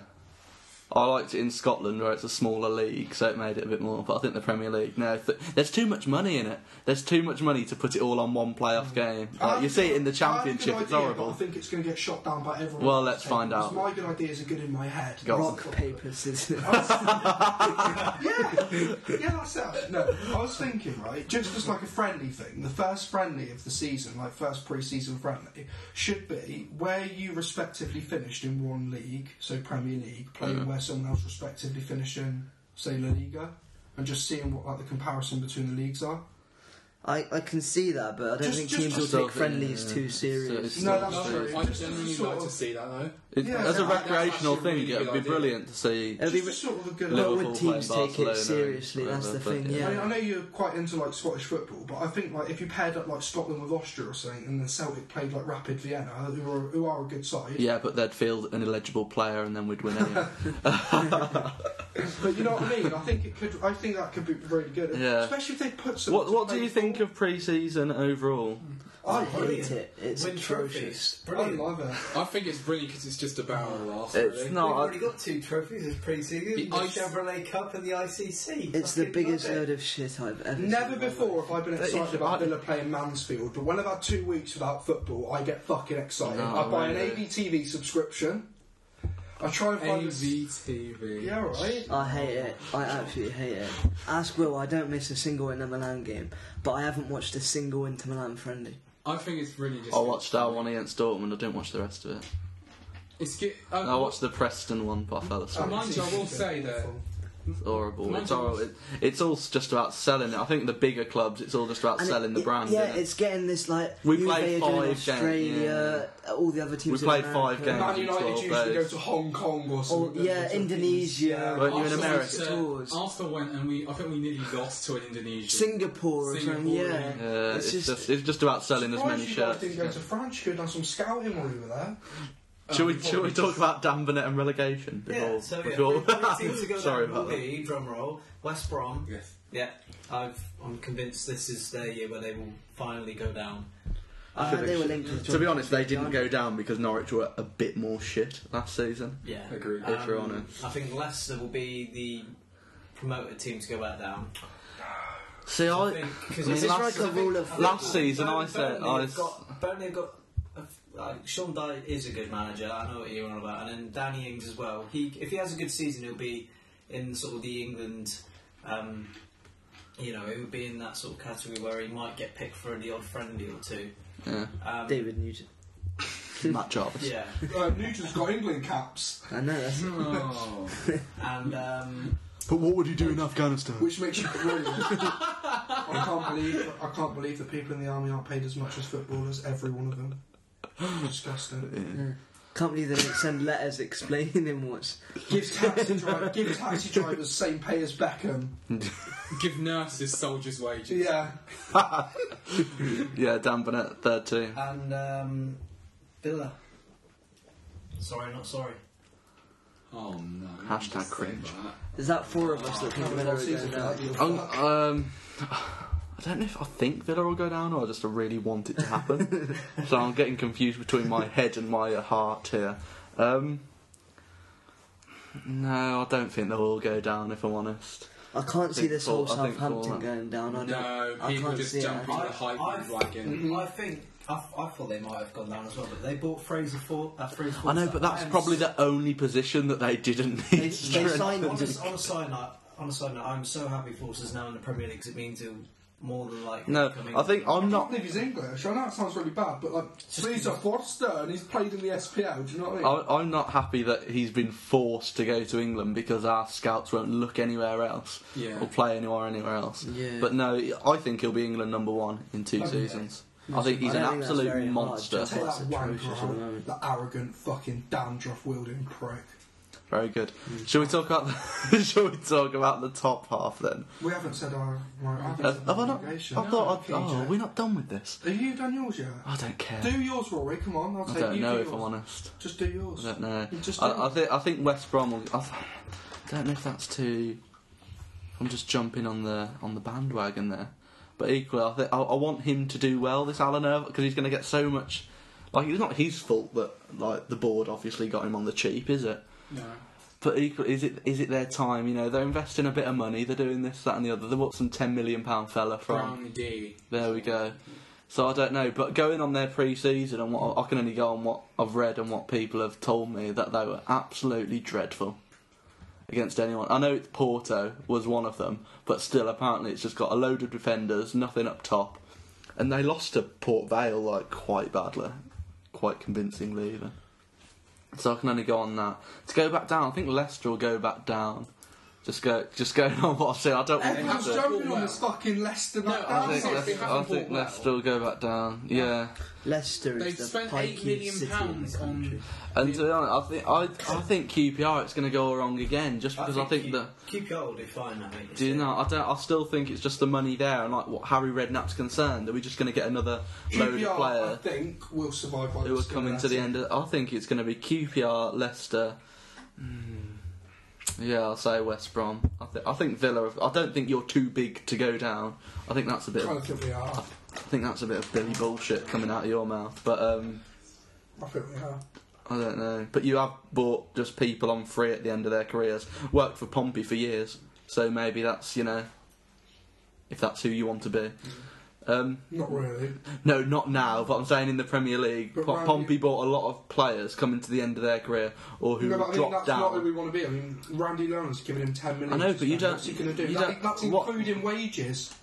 A: I liked it in Scotland where it's a smaller league, so it made it a bit more. But I think the Premier League, no, th- there's too much money in it. There's too much money to put it all on one playoff game. Like, Uh, you see it in the
B: Mm. I had a good
A: Championship; it's
B: idea, but I
A: horrible.
B: think it's going to get shot down by everyone.
A: Well,
B: else.
A: let's find
B: Because
A: out.
B: My good ideas are good in my head.
A: Go on.
E: Rock paper scissors.
B: yeah, yeah, that's it. No, I was thinking, right, just as like a friendly thing, the first friendly of the season, like first pre-season friendly, should be where you respectively finished in one league, so Premier League, playing where someone else respectively finished in, say, La Liga, and just seeing what like the comparison between the leagues are.
E: I, I can see that, but I don't
B: Just-
E: think
B: just-
E: teams will
B: just
E: take
A: stuff,
E: friendlies
A: yeah.
E: too serious.
A: It's
B: No,
A: not
B: that's
A: serious.
B: true.
C: I
B: Just to
C: genuinely
B: sort
C: like to
B: of-
C: see that though.
A: It-
B: Yeah,
A: as a
B: that- that's
A: recreational
C: actually a
A: thing,
C: really
A: it'd
C: good
A: be
C: idea.
A: brilliant to see.
E: It'll be
B: Just a sort of a good.
A: Little-
E: But
A: Liverpool
E: would teams
A: playing
E: take it
A: Barcelona,
E: seriously? That's the
A: whatever,
E: thing.
A: but yeah.
E: Yeah.
B: I, mean, I know you're quite into like Scottish football, but I think like if you paired up like Scotland with Austria or something, and then Celtic played like Rapid Vienna, who are, who are a good side.
A: Yeah, but they'd field an illegible player, and then we'd win anyway.
B: But you know what I mean? I think it could. I think that could be really good,
A: Yeah.
B: especially if they put some.
A: what What do you think of pre-season overall?
B: I
E: I
B: hate
E: hate
B: it.
E: it. It's
D: win
E: atrocious.
D: trophies. Brilliant.
B: I love it.
C: I think it's brilliant because it's just a barrel of laughs.
A: It's
C: really.
D: We've
A: not.
D: already got two trophies this pre-season:
C: The
D: the,
C: ice-
D: Chevrolet Cup and the ICC.
E: It's the
D: Fucking
E: biggest uh,
D: love it.
E: load of shit I've
B: Never
E: ever. seen in my
B: before
E: life.
B: have I been excited about Villa playing Mansfield, but when I've had two weeks without football, I get fucking excited.
A: No,
B: I buy
A: really.
B: an ABTV subscription. I try and find. A-
C: AVTV.
B: yeah, right.
E: I hate it. I absolutely hate it. Ask Will. I don't miss a single Inter Milan game, but I haven't watched a single Inter Milan friendly.
C: I think it's really just.
A: I watched our one against Dortmund. I didn't watch the rest of it.
C: It's good. Uh,
A: I watched the Preston one, but I fell asleep.
C: mind you, I will say that-
A: It's horrible.
C: Mind
A: It's
C: you-
A: horrible. It, it's all just about selling it. I think the bigger clubs, it's all just about
E: And it-
A: selling the
E: it-
A: brand.
E: Yeah,
A: innit?
E: it's getting this like
A: We
E: Juve
A: played
E: are doing
A: five games,
E: Australia, all the other teams. in
A: played five
E: America.
A: games.
B: Man United
A: 12
B: usually
A: days.
B: go to Hong Kong or
E: Or,
B: something.
E: yeah, Indonesia.
A: But you're in
C: Arsenal
A: America.
C: went to-
E: Tours.
C: Arsenal went and we. I think we nearly lost to an Indonesian.
E: Singapore, or something,
C: Singapore,
E: yeah.
A: Yeah,
E: it's,
A: Uh, it's,
E: just,
A: just, it's just about selling as
B: Surprised
A: many
B: you guys
A: shirts.
B: didn't go to France. You could have done some scouting while you were there.
A: Shall we,
D: before
A: shall we
D: we
A: talk
D: just-
A: about Dan Burnett and relegation?
D: Yeah,
A: Before,
D: so yeah,
A: before-
D: three teams to go
A: Sorry
D: Sorry
A: about that.
D: drum roll. West Brom.
C: Yes.
D: Yeah, I've, I'm convinced this is their year where they will finally go down.
E: I heard uh, they were linked with
A: To be honest, they didn't go down because Norwich were a bit more shit last season.
D: Yeah, Um,
C: Agreed.
A: If we're honest.
D: I think Leicester will be the promoted team to go back down.
A: See, I,
D: I think- 'cause
A: I mean,
E: Is this
A: last-
E: like a rule of
A: last season I
D: Burnley-
A: said
D: Burnley
A: I
D: have
A: s-
D: got, Burnley have got a- like, Sean Dyche is a good manager. I know what you're on about, and then Danny Ings as well. He if he has a good season, he'll be in sort of the England. Um, you know, it would be in that sort of category where he might get picked for the odd friendly or two.
A: yeah,
D: Um,
E: David Newton.
A: Matt Jarvis.
D: Yeah,
B: Uh, Newton's got England caps,
E: I know. That's,
C: Oh.
D: and um,
A: But what would he do in Afghanistan?
B: which makes you brilliant. I can't believe I can't believe that people in the army are paid as much as footballers. Every one of them. Disgusting.
E: can't believe they don't send letters explaining him what's.
B: Give taxi, dri- give taxi drivers same pay as Beckham.
C: Give nurses soldiers' wages.
B: Yeah.
A: Yeah, Dan Burnett, third team.
D: and um, Villa. Sorry, not sorry.
C: Oh no. you
A: Hashtag
C: just said
A: cringe.
C: that.
E: Is that four of us that think
B: That was
E: Villa
B: last
E: are going
B: season.
E: down?
A: Um, um, I don't know if I think Villa will go down or I just really want it to happen. so I'm getting confused between my head and my heart here. Um, no, I don't think they will go down, if I'm honest.
E: I can't see
A: think
E: this
A: four-
E: whole
A: I think four,
E: Southampton
A: man.
E: going down. I
C: No,
E: don't- I
C: people
E: can't
C: just
E: see it.
C: jump on the hype
D: I-
C: wagon.
D: I think I, I thought they might have gone down as well, but they bought Fraser for uh, Fraser.
A: I know, but that's probably the only position that they didn't
E: They,
A: need.
E: they signed
D: on,
E: him.
D: a, on a side note. On a side note, I'm so happy Forster's now in the Premier League 'cause it means he'll more than likely.
A: No,
D: come
A: I think I'm
B: I can't
A: not.
B: believe he's English. I know it sounds really bad, but like, he's a Forster and he's played in the SPL. Do you know what I mean?
A: I- I'm not happy that he's been forced to go to England because our scouts won't look anywhere else
C: Yeah.
A: or play anywhere anywhere else.
E: Yeah.
A: But no, I think he'll be England number one in two seasons. I think he's
E: I
A: an
E: don't think that's
A: absolute
E: very hard,
A: monster.
E: just-
B: Take that
E: That's atrocious at the
B: wanker,
E: moment.
B: that arrogant fucking dandruff wielding prick.
A: Very good. Shall we talk about? The, shall we talk about the top half then?
B: We haven't said our. our I haven't
A: Uh,
B: said
A: have I
B: our
A: not? I
B: relegation.
A: thought. I'd,
B: No,
A: oh,
B: PJ.
A: are we not done with this?
B: Have you done yours yet?
A: I don't care.
B: Do yours, Rory. Come on, I'll
A: I
B: take you.
A: don't know
B: do
A: if I'm
B: yours.
A: honest.
B: Just do yours.
A: I don't know.
B: Just do
A: I, I
B: it.
A: think I think West Brom. Will, I th- don't know if that's too. I'm just jumping on the on the bandwagon there, but equally, I think I, I want him to do well. This Alan Irvine because he's going to get so much. Like it's not his fault that like the board obviously got him on the cheap, is it?
C: No.
A: But equally, is it is it their time? You know, they're investing a bit of money. They're doing this, that, and the other. They bought some ten million pound fella from.
C: Brown D.
A: There we go. So I don't know, but going on their pre-season and what I can only go on what I've read and what people have told me that they were absolutely dreadful against anyone. I know it's Porto was one of them, but still, apparently it's just got a load of defenders, nothing up top, and they lost to Port Vale like quite badly, quite convincingly even. So I can only go on that. To go back down, I think Leicester will go back down. Just go, just going on what I've said. I don't want them
B: Everyone's
A: to.
B: jumping
C: Well,
B: on this fucking Leicester
C: No,
B: back
C: I
A: I think
C: Sorry,
A: let's,
C: they haven't
A: I think
C: bought well.
A: let's still go back down. Yeah,
E: Leicester
C: They've
E: is the
C: spent eight
E: pikiest
C: million
E: city in the
C: pounds
E: country.
C: on.
A: and to be honest, I think I, I think QPR it's going to go wrong again just because I think,
D: keep,
A: that.
D: keep goal, they fine. I think.
A: Do you know? I don't. I still think it's just the money there, and like what Harry Redknapp's concerned, are we just going to get another load
B: QPR,
A: of player
B: I think, will survive by
A: who are
B: this
A: coming to the end? of... I think it's going to be QPR, Leicester. Hmm. Yeah, I'll say West Brom. I, th- I think Villa. have- I don't think you're too big to go down. I think that's a bit.
B: I
A: Of,
B: think we are.
A: I think that's a bit of Billy bullshit coming out of your mouth. But um,
B: I think we are.
A: I don't know. But you have bought just people on free at the end of their careers. Worked for Pompey for years. So maybe that's, you know, if that's who you want to be.
B: Mm.
A: Um,
B: Not really.
A: no, not now, but I'm saying in the Premier League,
B: But
A: po-
B: Ryan,
A: Pompey
B: you-
A: bought a lot of players coming to the end of their career or who
B: no, but I mean,
A: dropped
B: that's not who
A: down.
B: we want to be. I mean, Randy Lerner's giving him 10 million.
A: I know,
B: to
A: but you
B: spend.
A: don't-
B: What's he going to do?
A: you
B: That-
A: don't-
B: that's
A: what-
B: including wages.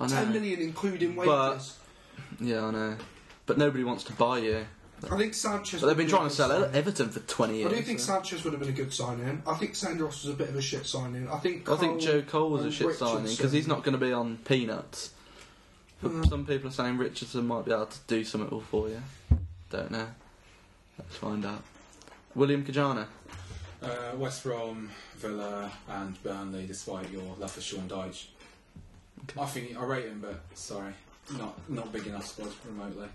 A: I
B: 10
A: know.
B: million including
A: But-
B: wages.
A: Yeah, I know. But nobody wants to buy you.
B: I think Sanchez.
A: But they've been
B: would be a
A: trying to
B: good
A: sell
B: signing.
A: Everton for 20
B: I
A: years.
B: do think Sanchez would have been a good signing. I think Sandros was a bit of a shit signing. I think.
A: I think
B: Cole
A: Joe Cole was a
B: and
A: shit signing because he's
B: Richardson- Hmm.
A: not going to be on peanuts. But
B: No.
A: some people are saying Richardson might be able to do something all for you. Don't know. Let's find out. William Kajana.
C: Uh, West Brom, Villa, and Burnley, despite your love for Sean Dyche. I think I rate him, but sorry, not not big enough squad remotely.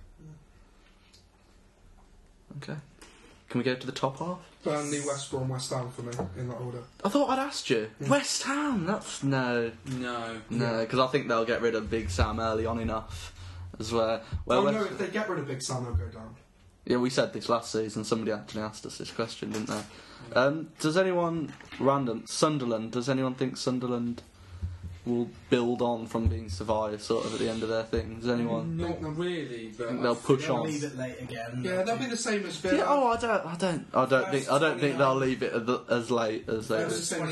A: Okay. Can we go to the top half?
B: Burnley, West Brom, West Ham for me in that order.
A: I thought I'd asked you. West Ham. That's no,
C: No.
A: no, because I think they'll get rid of Big Sam early on enough. As well, well,
B: oh
A: West-
B: no, if they get rid of Big Sam, they'll go down.
A: yeah, we said this last season. Somebody actually asked us this question, didn't they? Um, does anyone random Sunderland? Does anyone think Sunderland will build on from being Savia sort of at the end of their thing? Does anyone?
C: Not really, but
A: think They'll push
D: They'll
A: on.
D: leave it late again.
B: Yeah, they'll be the same as Villa.
A: Mm. Yeah, oh, I don't, I don't, I don't think, I don't think they'll leave it at the- as late as they.
B: That was-
C: I'll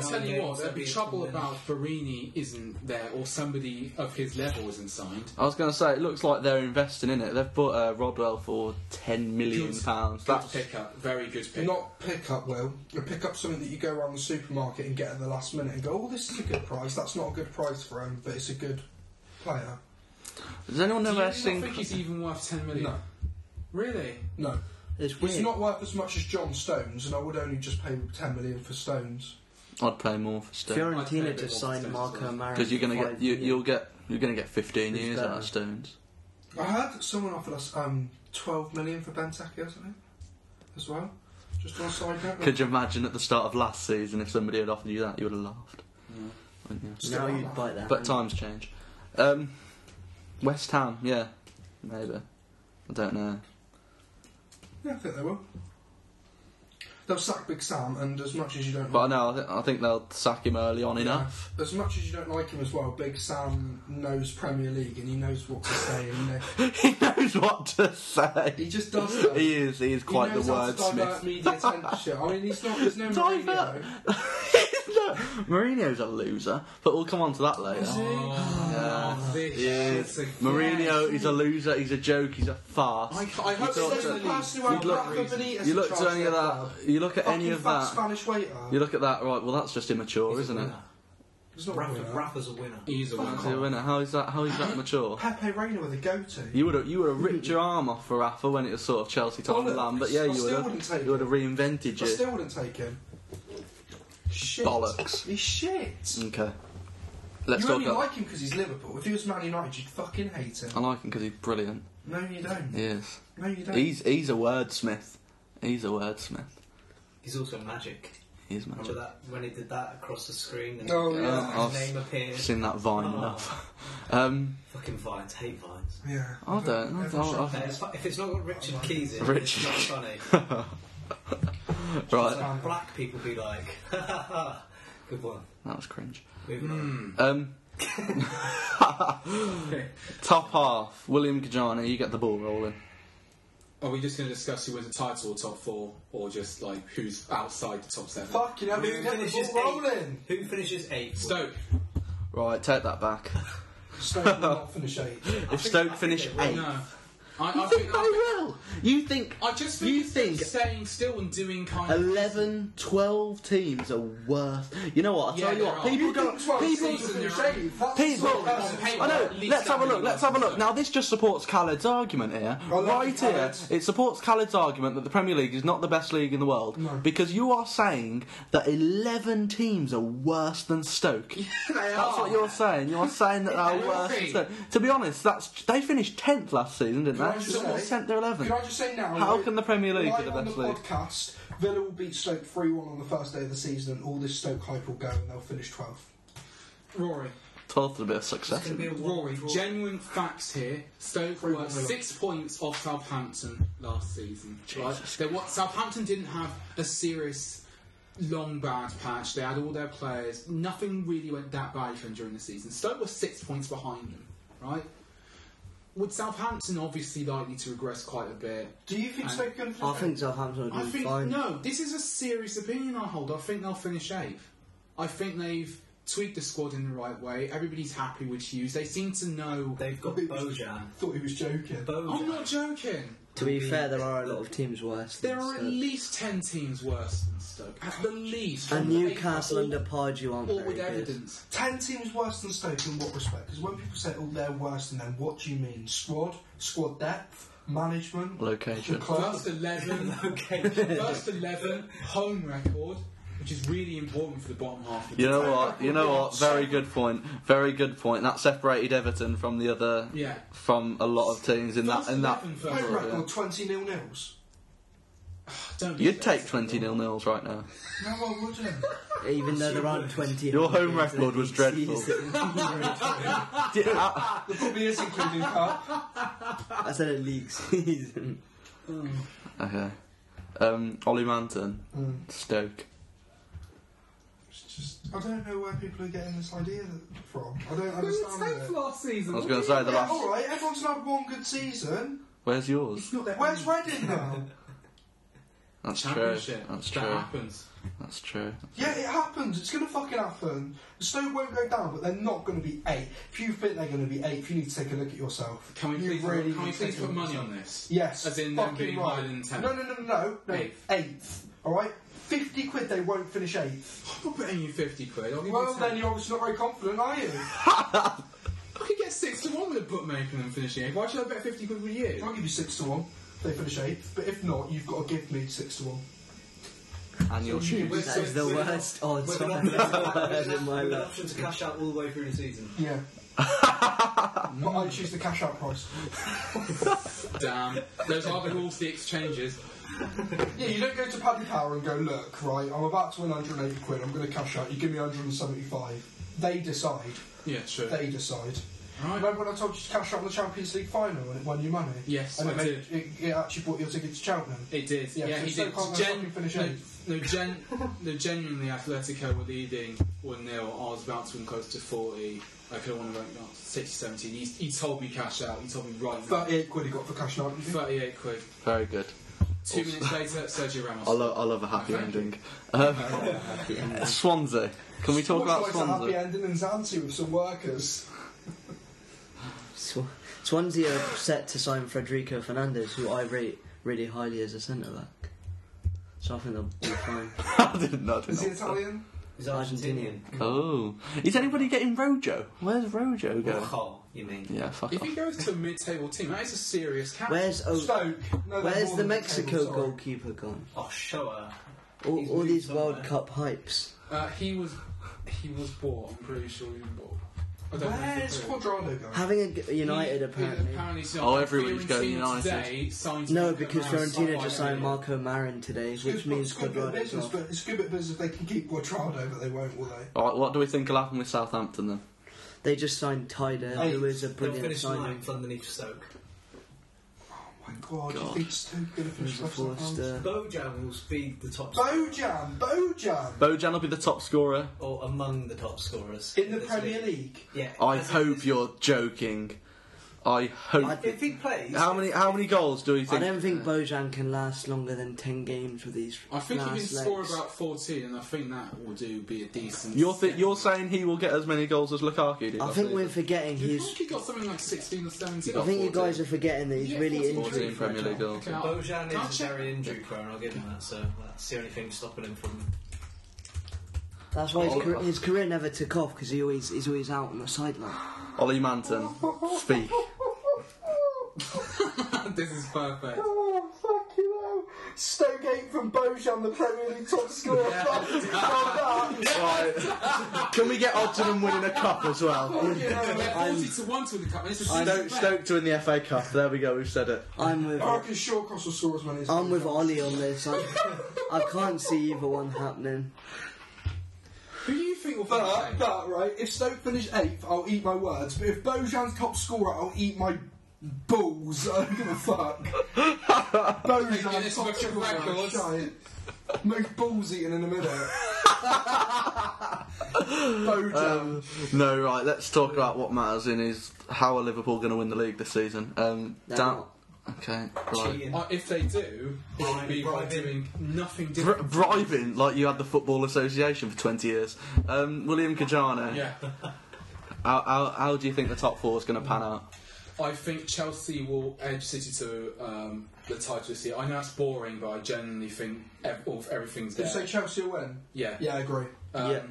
C: tell you what, there'd be trouble about Barini isn't there or somebody of his level isn't signed.
A: I was going to say, it looks like they're investing in it. They've bought uh, Rodwell for ten million
C: Good.
A: pounds.
C: Good
A: That's
C: pickup, very good pickup.
B: Not pick up, Will. You pick up something that you go around the supermarket and get at the last minute and go, oh, this is a good price. That's not a good price for him, but it's a good player.
A: does anyone
C: Do
A: know
C: you
A: where
C: not think
A: Sinclair?
C: he's even worth 10 million?
B: No,
C: Really?
B: no.
E: It's
B: It's
E: weird.
B: not worth as much as John Stones, and I would only just pay 10 million for Stones.
A: I'd pay more for Stones
C: I'd say a
E: Fiorentina
C: bit
E: just
C: more
E: signed
C: expensive as
E: Marco
C: well.
E: Amaro
A: because you're going to
E: for
A: get
E: five
A: you,
E: million.
A: you'll get you're going to get fifteen
E: Who's
A: years out
E: better?
A: of Stones.
B: I heard that someone offered us um, 12 million for Benteke or something as well. Just on a side note.
A: Could you imagine at the start of last season if somebody had offered you that, you would have laughed, wouldn't you?
E: Now you'd bite that.
A: But times change. Um, West Ham, yeah, maybe. I don't know.
B: Yeah, I think they will. They'll sack Big Sam, and as much as you don't
A: But I
B: like,
A: know I, th- I think they'll sack him early on enough.
B: as much as you don't like him as well, Big Sam knows Premier League and he knows what to say, and you know,
A: he knows what to say.
B: he just does that.
A: He is. He is quite
B: he knows
A: the
B: how to divert
A: wordsmith.
B: media attention. I mean, he's not. There's no
A: Divert-
B: Mourinho.
A: No, Mourinho's a loser, but we'll come on to that later.
C: Oh, this
A: He is.
C: shit's again.
A: Mourinho is a loser. He's a joke. He's a farce.
C: I, I hope
A: thought
C: it's
A: that-
C: only-
A: You'd look- you
B: You'd
A: look to any of that. You look at
B: Fucking
A: any of
B: fat
A: that.
B: Spanish waiter.
A: You look at that. Right. Well, that's just immature, Oh, isn't it?
B: It's not
D: Rafa,
B: Rafa.
D: Rafa's a winner.
C: He's a
A: Is he a
C: winner.
A: winner? How is that? How is that mature?
B: Pepe Reina with a go-to.
A: You would have you would have ripped your arm off for Rafa when it was sort of Chelsea top
B: Well,
A: of the
B: look,
A: land, but yeah,
B: I
A: you
B: still
A: would
B: wouldn't take
A: have you would have reinvented you.
B: I still wouldn't take him. Shit.
A: Bollocks.
B: He's shit.
A: Okay, let's
B: you
A: talk.
B: only
A: About,
B: like him because he's Liverpool. If he was Man United, you'd fucking hate him.
A: I like him because he's brilliant.
B: No, you don't.
A: He is.
B: No, you don't.
A: He's he's a wordsmith. He's a wordsmith.
D: He's also magic.
A: He's
D: Remember
A: magic.
D: that when he did that across the screen? And
B: Oh, yeah.
A: Oh,
D: His name appeared.
A: I've seen that vine
D: Oh.
A: enough. Um,
D: Fucking vines. Hate vines.
B: yeah.
A: I don't. I don't
D: No,
A: I,
D: it's fu- if it's not got
C: Oh,
D: Richard Keys in,
A: Richard-
D: it's not funny.
A: right,
B: Um,
D: Black people be like, good one.
A: that was cringe.
D: Moving on.
A: Um, top half. William Kajani, you get the ball rolling.
C: Are we just going to discuss who wins the title or top four, or just like who's outside the top seven?
B: Fuck, you know,
D: Who
B: we've got
D: finishes
B: the ball rolling.
D: eighth? Who finishes eighth?
C: Stoke.
A: Right, take that back.
B: Stoke will not finish eighth.
A: If Stoke finish eighth,
C: No. I,
A: you
C: I,
A: think
C: think,
A: they
C: I,
A: will? You think?
C: I just think
A: You
C: it's just
A: think-
C: staying still and doing kind of
A: 11, 12 teams are worth. You know what? I'll
C: Yeah,
A: tell you
C: there
A: what.
C: are.
A: People
C: You
A: don't.
B: Well,
A: People.
B: Stoke will finish eighth. That's
A: People.
B: that's-
C: Hey,
A: I know.
C: at least
A: Let's have a
C: that
A: look.
C: many
A: Let's have a
C: wins,
A: look. Now this just supports Khaled's argument here.
B: love
A: Right here,
B: Khaled.
A: it supports Khaled's argument that the Premier League is not the best league in the world because you are saying that eleven teams are worse than Stoke. That's what you're saying. You're saying that they're
C: Yeah,
A: worse. Than
C: right.
A: Stoke. To be honest, that's they finised tenth last season, didn't
B: Can I
A: they?
B: just
A: Someone
B: say-
A: sent their eleven.
B: Can I just say now?
A: How
B: right,
A: can the Premier League be
B: live
A: the
B: on
A: best
B: the
A: league?
B: podcast, Villa will beat Stoke 3 1 on the first day of the season, and all this Stoke hype will go, and they'll finish 12th.
C: Rory.
A: Twelfth is a bit of success.
D: It's gonna be a
C: Rory,
D: draw.
C: genuine facts here. Stoke
B: Three
C: were
B: one, Villa.
C: six points off Southampton last season. Right? They, what, Southampton didn't have a serious long bad patch. They had all their players. Nothing really went that bad for them during the season. Stoke were six points behind them. Right? With Southampton obviously likely to regress quite a bit.
B: Do you think
C: And-
B: Stoke going to
E: I think Southampton
C: I
E: will do
C: think
E: fine.
C: no. This is a serious opinion I hold. I think they'll finish eighth. I think they've tweaked the squad in the right way. Everybody's happy with Hughes. They seem to know.
D: They've got Bojan.
B: thought he was joking.
C: I'm
D: Bojan.
C: not joking.
E: To be fair, there are a lot of teams worse. than
C: There are e- at
E: Stoke.
C: least ten teams worse than Stoke. At the least.
E: and
C: From the
E: Newcastle
C: paper,
E: under Pardew aren't
C: all, all
E: very
C: with
E: good.
C: evidence.
B: 10 teams worse than Stoke in what respect? Because when people say, oh, they're worse than them, what do you mean? Squad? Squad depth? Management?
A: Location.
B: The club?
C: First eleven.
D: Okay.
C: first eleven. Home record, which is really important for the bottom half. Of the
A: You know what? You know what? Very good point. Very good point. That separated Everton from the other,
C: Yeah.
A: from a lot of teams in that.
C: First
A: In that,
C: eleven, first
B: Home record 20 nil nils.
C: Don't be
A: You'd take
C: sexist.
A: 20 nil nils right now.
B: No, I wouldn't.
E: even though there aren't 20.
A: Your home
E: games in
A: record was
E: each
A: dreadful.
E: season.
B: There probably is including that.
E: I said a league season.
A: okay. Um, Ollie Manton, Stoke.
B: It's just, I don't know where people are getting this idea that- from. I don't
C: Who was
B: understand
C: tenth
B: it.
C: last season?
A: I was
C: What
A: going
C: do
A: to
C: you
A: say the
C: mean?
B: Yeah,
A: last.
B: all right. Everyone's had one good season.
A: Where's yours?
C: It's not their
B: Where's
C: own
B: Reading now?
A: That's true.
C: championship.
A: That's
C: that
A: true.
C: happens.
A: That's true.
B: Yeah, it happens. It's going to fucking happen. Stoke won't go down, but they're not going to be eight. If you think they're going to be eight, you need to take a look at yourself.
C: Can we
B: you
C: please, can we
B: need to take
C: please put
B: a look at
C: money
B: yourself.
C: on this?
B: Yes.
C: As in them
B: fucking
C: being
B: right.
C: higher than tenth.
B: No, no, no, no, no. no.
C: Eighth.
B: Eighth. All right. Fifty quid. They won't finish eighth.
C: I'm not betting you fifty quid. I'll give
B: Well,
C: you
B: then
C: 10.
B: you're obviously not very confident, are you?
C: I could get six to one with a bookmaker and finishing eighth. Why should I bet fifty quid with you?
B: I'll give you six to one. if They finish eighth, but if not, you've got to give me six to one.
A: And your
C: you
A: shoes.
C: win.
E: That is the
C: We're not-
E: worst odds
D: With an
E: I've ever heard in
D: option-
E: my
D: with an
E: life.
D: option to cash out all the way through the season.
B: Yeah. but I choose the cash out price.
C: Damn, those are the rules to the exchanges.
B: Yeah, you don't go to Paddy Power and go, look, right, I'm about to win 180 quid, I'm going to cash out, you give me 175. They decide.
C: Yeah, sure.
B: They decide.
C: Right.
B: Remember when I told you to cash out on the Champions League final and it won you money?
C: Yes,
B: and it
C: I
B: made, It, it actually bought your ticket to Cheltenham.
C: It did.
B: Yeah,
C: Yeah,
B: so
C: he
B: so
C: did.
B: can't they fucking
C: Gen-
B: finish
C: no,
B: eighth?
C: no, gen- no, genuinely, Atletico were leading 1 0. I was about to win close to 40. I could have won about 60, 70. He, he told me cash out. He told me right now.
B: 38 quid he got for cashing out.
C: 38 quid.
A: Very good.
C: Two minutes later, Sergio Ramos.
A: I love, I love a happy
C: Thank you.
A: ending. Um, Swansea. Can we talk
B: Much
A: about
B: like a happy
A: Swansea?
B: ending in Zanzi with some workers.
E: Sw- Swansea are set to sign Federico Fernandez, who I rate really highly as a centre back. So I think they'll be fine.
A: I didn't know. I
B: Is he
A: didn't know.
B: Italian?
D: He's Argentinian.
A: Oh, is anybody getting Rojo? Where's Rojo going?
D: Oh, you mean?
A: Yeah, fuck
C: If
A: off.
C: he goes to a mid table team, that is a serious cap.
E: Where's o-
B: Stoke. No, they're
E: Where's
B: more
E: the
B: than
E: Mexico
B: table, sorry.
E: goalkeeper gone?
D: Oh, show her.
E: All,
D: He's
E: all
D: moved
E: these
D: somewhere.
E: World Cup hypes.
C: Uh, he was he was bought, I'm pretty sure he was bought. I don't know if he
B: Where's
C: did.
B: Quadrado going?
E: Having a g- United
C: He-
E: apparently.
C: apparently so.
A: Oh, everyone's going
C: Fiorentina
A: United.
C: Today, signed
E: No,
C: Fernando
E: because
C: Ramos,
E: Fiorentina
C: signed
E: just
C: by
E: signed
C: Real.
E: Marco Marin today,
B: It's
E: which
B: good-
E: means
B: it's good bit of
E: Quadrado's
B: business,
E: off.
B: but it's good bit of business if they can keep Quadrado, but they won't, will they?
A: All right, what do we think will happen with Southampton then?
E: They just signed Tyder,
B: Hey,
E: who is a
D: They'll
E: brilliant
D: finish
E: signing.
D: ninth underneath Stoke.
B: My God, you
A: God.
B: think Stoke going to finish
E: Who's a
B: left
E: forced,
B: hand?
E: uh,
D: Bojan will be the top
B: Bojan, Bojan
A: Bojan will be the top scorer.
D: or among the top scorers
B: in the
D: this
B: Premier
D: league.
B: League.
D: Yeah,
A: I
D: as
A: hope
D: if-
A: you're joking. I hope.
D: If he plays,
A: How many how many goals do you
E: I
A: think?
E: don't think Bojan can last longer than 10 games with these
C: I think he
E: last
C: can
E: legs.
C: score about 14, and I think that will do be a decent.
A: You're th- you're saying he will get as many goals as Lukaku did.
E: I
A: last
E: think
A: season?
E: we're forgetting
C: You
E: he's.
C: think he got something like 16 or 17.
E: I think you
A: 14.
E: guys are forgetting that he's
C: Yeah,
E: really
C: 14.
E: injured.
A: 14 Premier League goals.
C: Okay, I'll-
D: Bojan
C: I'll
D: is
C: check.
D: very injury prone. I'll give him that. So that's the only thing stopping him from.
E: That's why
A: Oh.
E: his, career, his career never took off because he always he's always out on the sideline.
A: Ollie Manton, speak.
C: this is perfect.
B: Oh, fuck you hell. Stoke eight from Bojan, the Premier League top scorer. Fuck that.
A: Right. Can we get odds of them winning a cup as well?
B: Fucking hell.
C: We're 40 to 1 to win the cup. and This is
A: Stoke,
C: season
A: Stoke to win the FA Cup. There we go. We've said it.
E: I'm with
B: I reckon Shawcross will score as many as
E: I'm with Ollie on this. I, I can't see either one happening.
C: Who do you think will
B: But,
C: finish
B: but, right, if Stoke finish eighth, I'll eat my words. But if Bojan's top scorer, I'll eat my balls. I don't give a fuck.
C: Making
B: Bojan,
C: this
B: top
C: much of
B: scorer,
C: records.
B: shite. No balls eaten in a minute. Bojan.
C: Um,
A: No, right. Let's talk about what matters. In is how are Liverpool going to win the league this season? Um,
E: They're
A: down.
E: not.
A: Okay. Right.
D: Cheating.
C: Uh, if they do, it'll be by
D: Bribing.
C: doing nothing
A: Br-
C: different.
A: bribing like you had the Football Association for 20 years. Um, William Kajana,
C: Yeah.
A: how, how, how do you think the top four is going to pan out?
C: I think Chelsea will edge City to um, the title this year. I know it's boring, but I genuinely think ev- all- everything's
B: Did you say
C: there.
B: Chelsea will win?
C: Yeah.
B: Yeah, I agree.
C: Um,
E: Yeah.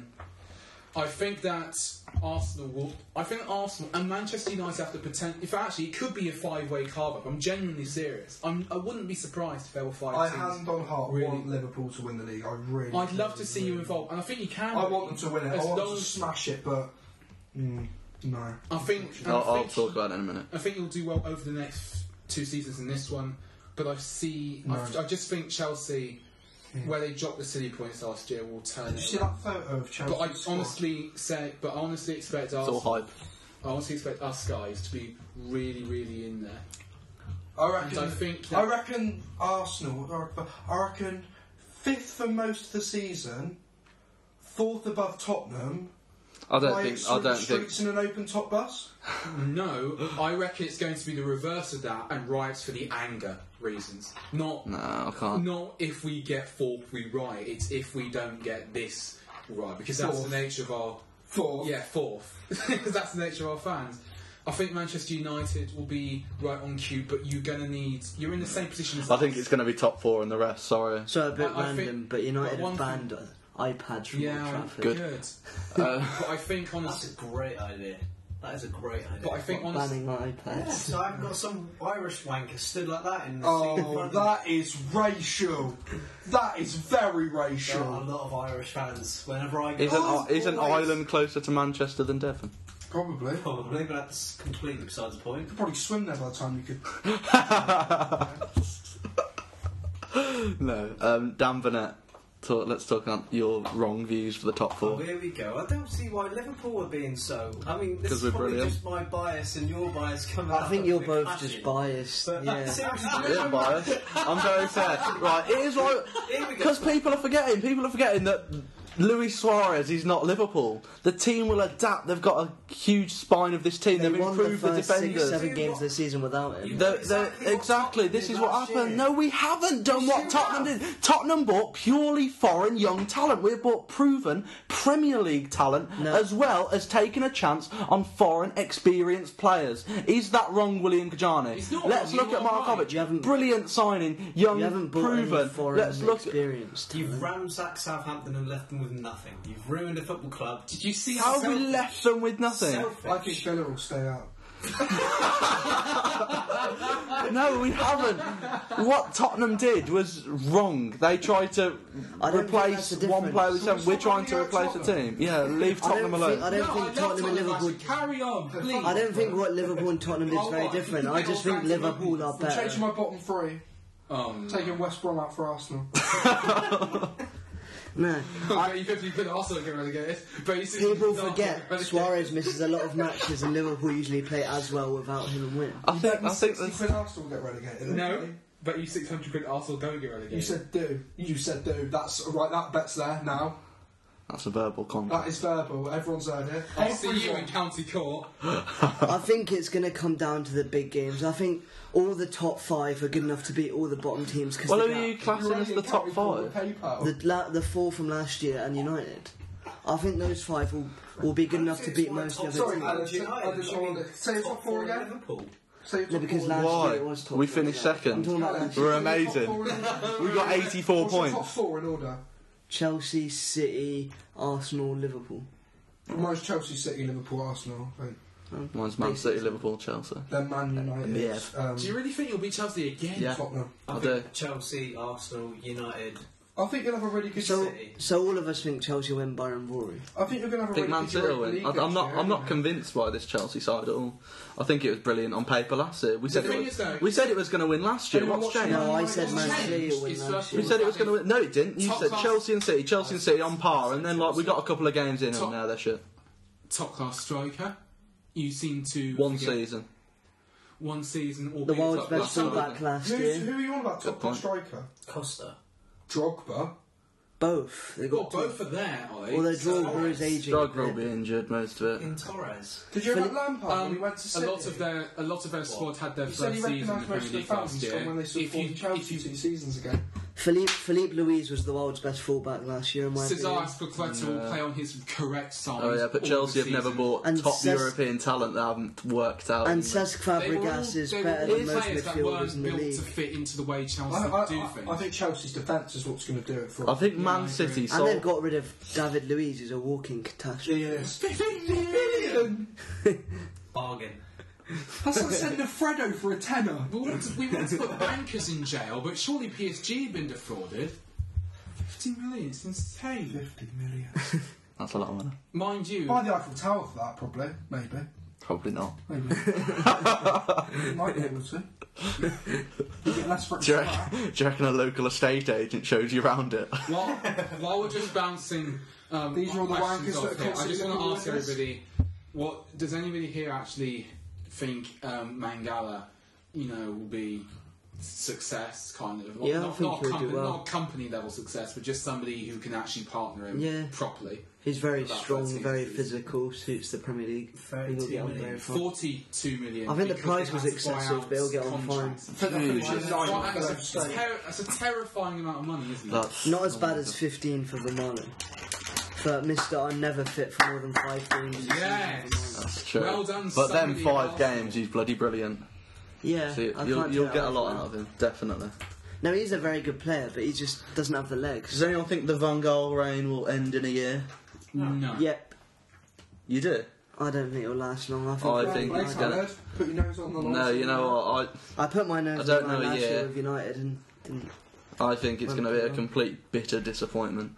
C: I think that Arsenal will. I think Arsenal and Manchester United have the potential. If actually, it could be a five-way carve-up. I'm genuinely serious. I'm, I wouldn't be surprised if there were five
B: I
C: teams.
B: hand on heart
C: Really?
B: want Liverpool to win the league. I really.
C: I'd love to see you involved, and I think you can.
B: I
C: be,
B: want them to win it.
C: As
B: I
C: long
B: want them to
C: as
B: smash it, but mm, no.
C: I think. and
A: I'll,
C: I
A: I'll
C: think
A: talk about it in a minute.
C: I think you'll do well over the next two seasons in this one, but I see.
B: No.
C: I, I just think Chelsea where they dropped the city points last year will turn
B: Did you
C: it.
B: see
C: around.
B: that photo of Chelsea?
C: But I honestly say, but I honestly expect
A: It's all
C: us,
A: hype.
C: I honestly expect us guys to be really, really in there.
B: I
C: And I
B: reckon.
C: think
B: I
C: that
B: reckon Arsenal. I reckon fifth for most of the season, fourth above Tottenham.
A: I don't
B: Why
A: think.
B: it's
A: I
B: through the
A: don't think.
B: streets in an open top bus.
C: no, I reckon it's going to be the reverse of that and riots for the anger reasons. Not
A: No, I can't.
C: not if we get fourth we riot. It's if we don't get this right because that's
B: Fourth.
C: the nature of our
B: Fourth.
C: Oh, yeah fourth because that's the nature of our fans. I think Manchester United will be right on cue, but you're gonna need you're in the same position. As
A: I think
C: us.
A: it's going to be top four and the rest. Sorry.
E: So a bit
C: I- I
E: random,
C: think-
E: but United
C: but one
E: have banned uh, iPads from
C: yeah
E: Old
C: I'm
E: Trafford.
A: Good. Uh,
C: But I think
D: That's
C: honestly,
D: a great idea. That is a great idea.
C: but I think honestly,
E: Banning iPads.
D: so I've got some Irish wanker stood like that in the seat in
B: Oh,
D: front of
B: that is racial. That is very
D: me. There are a
B: racial.
D: lot of Irish fans. Whenever I go,
A: isn't
B: Oh,
A: isn't
B: always.
A: Ireland closer to Manchester than Devon?
B: Probably.
D: probably, but that's completely beside the point.
B: Could probably swim there by the time you could.
A: No. Um, Dan Burnett. Talk, let's talk on your wrong views for the top four.
D: Well, Oh, here we go. I don't see why Liverpool are being so. I mean, this
A: 'Cause
D: is
A: we're
D: probably
A: brilliant.
D: just my bias and your bias coming.
E: I
D: up
E: think
D: and
E: you're
D: we're
E: both
D: clashing.
E: just biased.
D: But
E: Yeah.
D: seriously,
A: Yeah, I'm biased. I'm very fair. Right, it is right.
D: Here we go.
A: Because people are forgetting. People are forgetting that Luis Suarez is not Liverpool. The team will adapt. They've got a huge spine of this team.
E: They
A: They've
E: won the
A: improved the,
E: first six,
A: defenders.
E: seven games this season without him.
A: They're- they're-
D: Exactly
A: exactly,
D: what Tottenham
A: this
D: did
A: is what
D: last
A: happened.
D: year.
A: No, we haven't done
D: Yes,
A: what
D: you
A: Tottenham
D: have.
A: did. Tottenham bought purely foreign young talent. We've bought proven Premier League talent
E: No.
A: as well as taking a chance on foreign experienced players. Is that wrong, William Kajani?
C: It's not
A: Let's
C: wrong,
A: look
C: you
A: at
C: are right.
A: Markovic.
E: You haven't-
A: Brilliant signing, young,
E: You haven't bought any
A: proven.
E: foreign
A: Let's look at
E: experience.
D: You've ramsacked Southampton and left them with nothing. You've ruined a football club.
C: did you see
A: How
C: how
A: have we
C: self-
A: left them with nothing?
D: Selfish.
B: I think Villa will stay out.
A: No, we haven't. What Tottenham did was wrong. They tried to
E: I don't think
A: replace
E: that's the
A: one player with
E: difference.
A: seven. We're trying to
B: Somebody
A: replace a
B: out
A: team. Yeah, leave
E: I don't
A: Tottenham
E: think, I
A: alone.
E: don't
C: No, I
E: think
C: love
E: Tottenham and Liverpool.
C: Actually, Carry on, please.
E: I don't think what Liverpool and Tottenham did is very
C: Oh,
E: different. I just think
C: oh,
E: Liverpool are
B: I'm changing
E: better.
B: my bottom three.
C: Um,
B: Taking West Brom out for Arsenal.
E: No,
C: I, you could, you could also get relegated. But you see,
E: people
C: no,
E: forget
C: get relegated.
E: Suarez misses a lot of matches, and Liverpool usually play as well without him and win.
A: I think. I think.
B: You
A: that's-
B: said Arsenal will get relegated.
C: No, but you six hundred quid Arsenal don't get relegated.
B: You said do. You said do. That's right. That bet's there now.
A: That's a verbal
B: That
A: contract.
B: is verbal. Everyone's heard it.
C: I'll see you
B: Everyone.
C: in county court.
E: I think it's going to come down to the big games. I think all the top five are good enough to beat all the bottom teams because
A: Well,
E: the,
A: are you
E: gap-
A: classing as the
B: Uranian
A: top
B: County Court
A: five?
B: PayPal.
E: the, la- the four from last year and United. I think those five will, will be good enough to beat most of the
B: Sorry,
E: teams.
B: Alex, I just wanted- say it's top four again?
D: Liverpool.
B: So
E: No, because
B: top
E: last
A: Why?
E: year it was top
A: We
E: four,
A: finished
E: yeah.
A: second.
E: I'm talking about
B: four.
E: last
A: We're
E: year.
B: Top
A: amazing.
B: four in order.
A: We've got 84
B: Also Top
A: points.
B: four in order.
E: Chelsea, City, Arsenal, Liverpool.
B: Mine's Chelsea, City, Liverpool, Arsenal. I think.
A: Mine's Man City,
E: Basically.
A: Liverpool, Chelsea.
B: Then Man United.
A: Yeah.
B: Um,
C: Do you really think you'll beat Chelsea again?
A: Yeah.
B: Tottenham.
A: I
D: I
A: do.
D: think Chelsea, Arsenal, United.
B: I think you'll have a really good.
E: So,
D: City.
E: so all of us think Chelsea win Byron Rory.
B: I think you're going to have a
A: I think
B: really
A: Man
B: good
A: City will
B: Europa
A: win.
B: League
A: I, I'm
B: next
A: not.
B: year,
A: I'm not
B: aren't you?
A: convinced by this Chelsea side at all. I think it was brilliant on paper last year. We said it
C: thing
A: was,
C: is though-
A: we said it was going to win last year.
B: Anyone
A: What's
B: watching
A: changed?
E: No, I said
C: It's
E: Man City
C: changed.
E: will win
C: It's
E: last
C: just-
E: year.
A: You said it was going to win. No, it didn't. You
C: Top
A: said
C: class-
A: Chelsea and City. Chelsea and City on par, and then like we got a couple of games in,
C: Top-
A: and now they're shit.
C: Top class striker. You seem to
A: One
C: forget
A: season.
C: One season. Or
E: The
C: be
E: world's
C: top
E: best
C: class.
E: fullback last
B: Who's,
E: year.
B: who are you on about?
A: point.
B: Top class striker.
D: Costa.
B: Drogba.
E: Both. They
C: Well,
E: got two.
C: both are there, are they?
E: Although
C: So,
E: Drogba is aging. a
A: Drogba will
E: bit.
A: be injured most of it.
D: In Torres.
B: Did you hear
E: Philip-
B: about Lampard when
C: um,
B: he went to
C: a
B: City?
C: lot of their a lot of their squad had their
B: He said
C: first
B: he
C: season in the Premier
B: recognised most of the
C: League last
B: fans
C: year.
B: from when they
C: If you,
B: supported
C: if
B: Chelsea
C: you
B: two seasons ago.
E: Philippe Philippe Louise was the world's best fullback last year in my
C: Cesar
E: opinion.
C: Spacletta will play on his correct side.
A: Oh yeah, but
C: all
A: Chelsea
C: the
A: have never
C: season.
A: bought
E: And
A: top
E: Cesc-
A: European talent that haven't worked out.
E: And
A: in-
E: Cesc
C: They were all-
E: Fabregas is
C: they were
E: better
C: all
E: than most
C: players that
E: midfielders in
C: weren't
E: the
C: built
E: league.
C: to fit into the way Chelsea
B: I, I,
C: do
B: I,
C: things.
B: I think Chelse's defence is what's going to do it for
A: I
B: us.
A: think Man
C: I
A: City
C: agree.
E: And they've
A: sold.
E: got rid of David Luiz, who's a walking catastrophe.
B: He is.
C: Billion.
D: Bargain.
B: That's like sending a Fredo for a tenner.
C: We want, to, we want to put bankers in jail, but surely PSG have been defrauded. 15 million, it's insane.
B: 50 million.
A: That's a lot of money.
C: Mind you,
B: Buy the Eiffel Tower for that, probably. Maybe.
A: Probably not.
B: Maybe. Might be able to. You get less for it
A: Do you,
B: to start.
A: reckon, do you reckon a local estate agent shows you around it?
C: While, while we're just bouncing, um,
B: These are all the
C: questions
B: wankers that
C: off here, I
B: constantly
C: just want
B: looking
C: to
B: like
C: ask
B: this.
C: everybody: What does anybody here actually think um, Mangala, you know, will be success kind of? Not-
E: Yeah, I
C: not,
E: think
C: not,
E: he'll do
C: company,
E: well.
C: not company level success, but just somebody who can actually partner him
E: Yeah.
C: properly.
E: He's very
C: About
E: strong,
C: 13
E: very
C: feet.
E: physical, suits the Premier League. He will
D: 32
E: get on
D: million.
E: very far.
C: Forty-two million.
E: I think the
C: because
E: price
C: they
E: was
C: had to buy
E: excessive,
C: out
E: they'll get on
C: contracts.
B: For the- for the
A: Huge.
B: design,
C: Well,
B: for the
C: that's, a,
B: state.
C: ter- that's a terrifying amount of money, isn't it?
A: That's
E: Not as bad as 15 for Vermaelen. For Mr. I'm never fit for more than five games.
C: Yes.
A: That's true.
C: Well done,
A: but then
C: somebody
A: five
C: else.
A: games, he's bloody brilliant.
E: Yeah,
A: So you,
E: I
A: will
E: can't
A: you'll
E: take
A: get a
E: that
A: lot
E: off him.
A: out of him, definitely.
E: No, he's a very good player, but he just doesn't have the legs.
A: Does anyone think the Van Gaal reign will end in a year?
C: No.
E: Yep,
A: You do?
E: I don't think it'll last long. I think.
A: Oh, I
E: Man
A: think
B: Right,
A: he's
E: United-
A: gonna-
B: Ahmed, Put your nose on the line.
A: No, you know what?
E: I put my nose.
A: I don't
E: in mine
A: know,
E: last
A: yeah.
E: year with United and. and
A: I, I think it's
E: Well,
A: going to be a
E: yeah.
A: complete bitter disappointment.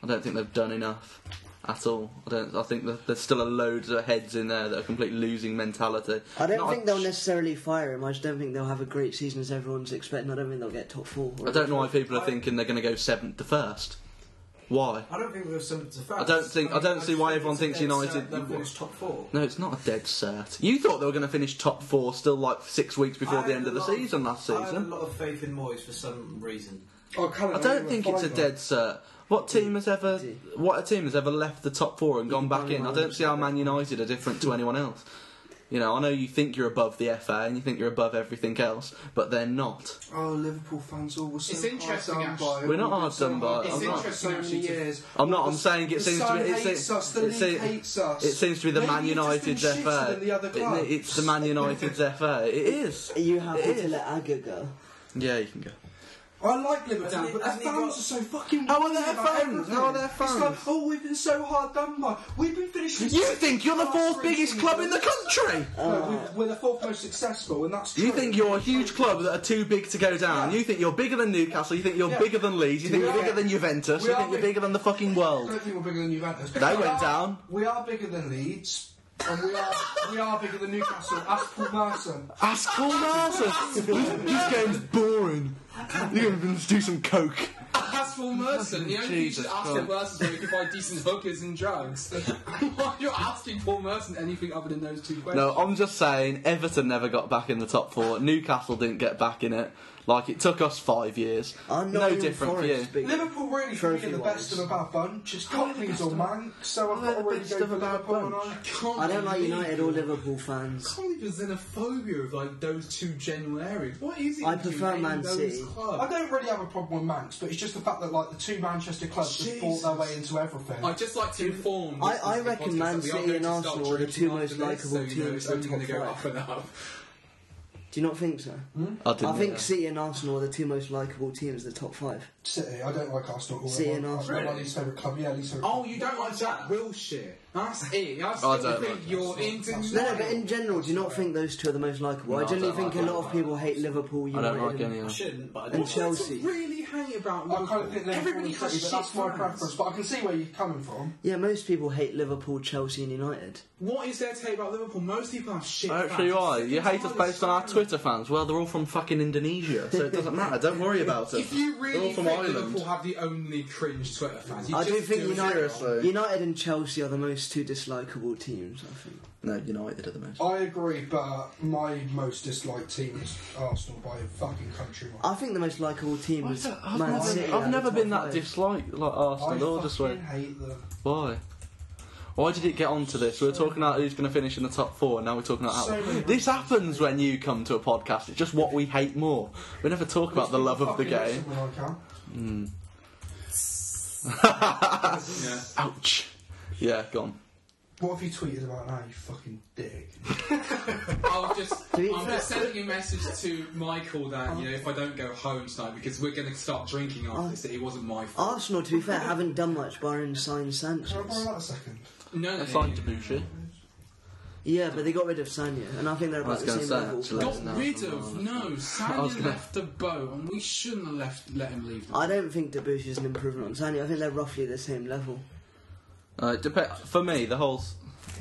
A: I don't think they've done enough at all. I don't. I think that there's still a load of heads in there that are complete losing mentality.
E: I don't
A: Not a
E: think they'll necessarily fire him. I just don't think they'll have a great season as everyone's expecting. I don't think they'll get top four. or
A: I don't know why people are
D: I-
A: thinking they're going to go seventh to first. Why?
D: I don't think we're something to first.
A: I don't think- I don't see why everyone thinks United-
D: They'll finish top four.
A: No, it's not a dead cert. You thought they were going to finish top four still like six weeks before
D: I
A: the
D: had
A: end
D: a
A: of the
D: lot of-
A: season last
D: I had a
A: season.
D: lot of faith in Moyes for some reason.
B: Oh, Callum,
A: I don't think it's a dead cert. What team has ever
E: Did.
A: what a team has ever left the top four and gone
E: can
A: back
E: buy
A: in? I
E: one
A: don't see how Man United are different to anyone else. You know, I know you think you're above the FA and you think you're above everything else, but they're not.
B: Oh, Liverpool fans all were so
C: It's interesting,
B: hard done
C: actually.
B: by.
A: We're not hard
B: We've been
A: done
B: so
A: by.
B: hard
A: It's
B: done by
C: interesting,
B: so many
C: actually, to-
B: years.
A: I'm not. I'm
B: The-
A: saying it
B: the
A: seems to
B: sun
A: be. It
B: hates
A: seems,
B: us, the
A: it
B: league
A: seems-
B: hates us.
A: It seems to be the
B: Maybe
A: Man
B: it's just been
A: United's
B: shitter
A: FA.
B: than the other
A: It-
B: club.
A: it's the Man United's FA. It is.
E: Are you happy
A: It
E: to
A: is.
E: let Agger go?
A: Yeah, you can go.
B: I like Liverpool,
D: Hasn't he-
B: but their
D: hasn't
B: fans
D: he
B: are
D: got-
B: so fucking.
A: How are
B: mean
A: their
B: about
A: fans?
B: everything.
A: How are their
B: It's
A: fans?
B: like, oh, we've been so hard done by. We've been finishing.
A: You
B: sixth,
A: think you're the
B: last
A: fourth
B: three
A: biggest
B: seasons.
A: club in the country?
B: No, we've- we're the fourth most successful, and that's.
A: You
B: true.
A: think you're a huge club that are too big to go down. You think you're bigger than Newcastle. You think you're
B: Yeah.
A: bigger than Leeds. You think
B: We
A: you're
B: are.
A: bigger than Juventus.
B: We
A: You
B: are
A: think you're
B: big-
A: bigger than the fucking
B: I
A: world.
B: don't think we're bigger than Juventus. They
A: went down.
B: We are bigger than Leeds, and we are we are bigger than Newcastle. Ask Paul Merson.
A: Ask Paul Merson. this game's boring. You're going to do some coke.
C: As for Merson, the only thing you should
A: Jesus
C: ask for
A: Christ.
C: Merson is where you can buy decent hookers and drugs. Why are you asking Paul Merson anything other than those two questions?
A: No, I'm just saying Everton never got back in the top four. Newcastle didn't get back in it. Like it took us five years.
E: I'm not
A: no
E: even
A: different for you.
E: Forest, big-
B: Liverpool really for me are the
E: Trophy-wise.
B: best of a bad bunch. It's Cockneys or man, so I've
A: They're
B: got
A: the
B: to really
A: best
B: go
A: of
B: for
A: a bad
B: Liverpool. and
A: bunch.
B: I-
E: I don't like United or Liverpool fans.
C: Probably the xenophobia of like those two general areas. What is it?
E: I
C: with you
E: prefer
C: hating
E: Man
C: those
E: City.
C: clubs?
B: I don't really have a problem with Manx, but it's just the fact that like the two Manchester clubs just bought their way into everything.
C: I'd just like to inform.
E: I-
C: listeners
E: I
C: of the
E: reckon
C: podcast
E: Man
C: that we are
E: City
C: going to
E: and
C: start
E: Arsenal are the
C: drinking
E: two
C: after
E: most
C: this,
E: likeable
C: so you know
E: teams
C: it's only
E: in
C: going to go
E: top
C: up
E: five.
C: and up.
E: Do you not think so?
A: I, didn't
E: I think
A: know.
E: City and Arsenal are the two most likeable teams, the top five.
B: City, I don't like Arsenal. All
E: City
B: I
E: and
B: want-
E: Arsenal.
B: I don't like least favourite club. Yeah, least favourite.
C: Oh, you don't like Jack Wilshere? That's it. I
A: I
C: still
A: don't
C: think
A: like
C: you're into.
E: No, no, but in general, do you not think those two are the most likeable? I
A: No, I
E: generally
A: don't
E: think
A: like
E: a lot of people hate Liverpool,
A: I
E: United,
A: don't like
E: and,
A: any
D: I
A: of them.
D: shouldn't, but I do.
E: and Chelsea.
C: really hate about
B: I kind of think
C: Liverpool.
B: Liverpool
C: Everybody
B: and
C: has
B: City, but
C: shit
B: that's my
C: fans.
B: preference. But I can see where you're coming from.
E: Yeah, most people hate Liverpool, Chelsea, and United.
C: What is there to hate about Liverpool? Most people have shit.
A: Actually,
C: fans.
A: why? You hate us
C: It's
A: based on our
C: fine.
A: Twitter fans. Well, they're all from fucking Indonesia, so it doesn't matter. Don't worry about it.
C: If you
A: they're all
C: really
A: from
C: think
A: Ireland.
C: Liverpool have the only cringe Twitter fans, you
E: I do
C: just
E: think
C: do it
E: United,
C: wrong.
A: seriously.
E: United and Chelsea are the most two dislikable teams. I think.
A: No, United are the most.
B: I agree, but my most disliked team is Arsenal by a fucking country mile.
E: I think the most likable team is
A: I've
E: Man
A: never,
E: City.
A: I've
E: out of
A: never
E: the
A: been
E: top
A: that
E: five.
A: disliked like
B: I
A: Arsenal. I just
B: fucking
A: went,
B: hate them.
A: why? Why did it get onto this? We were talking about who's going to finish in the top four, and now we're talking about
B: So many
A: this happens when you come to a podcast. It's just what we hate more. We never talk about the love of the
B: Fucking hate
A: game.
B: someone I can.
C: Yeah.
A: Ouch. Yeah, gone.
B: What have you tweeted about now, you fucking dick?
C: I'll just,
E: be
C: I'm just sending a message to Michael that you know if I don't go home tonight because we're going to start drinking after this. That it wasn't my fault.
E: Arsenal, to be fair, haven't done much barring sign
B: Can I borrow
E: Sanchez.
B: that a second?
E: Oh.
C: no, no,
A: That's
C: no,
A: like
C: no, no.
A: Debussy.
E: Yeah, but they got rid of Sanya, and I think they're
A: I was
E: about the
A: gonna
E: same
A: say, actually.
E: level. players.
C: Got
A: No,
C: rid
A: no,
C: of
A: no,
C: no.
A: I was
C: Sanya
A: gonna-
C: left the boat, and we shouldn't have left let him leave. The
E: I don't think Debussy is an improvement on Sanya. I think they're roughly the same level.
A: Uh, it dep- for me, the whole. s-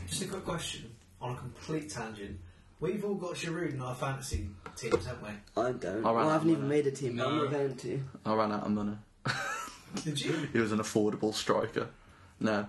D: Just a quick question on a complete tangent. We've all got Giroud in our fantasy teams, haven't we?
E: I don't.
A: All right,
E: well, I haven't
A: I'm
E: even
A: gonna-
E: made a team. but I'm
C: No.
E: not going to.
A: I ran out of money.
D: Did you?
A: He was an affordable striker. No.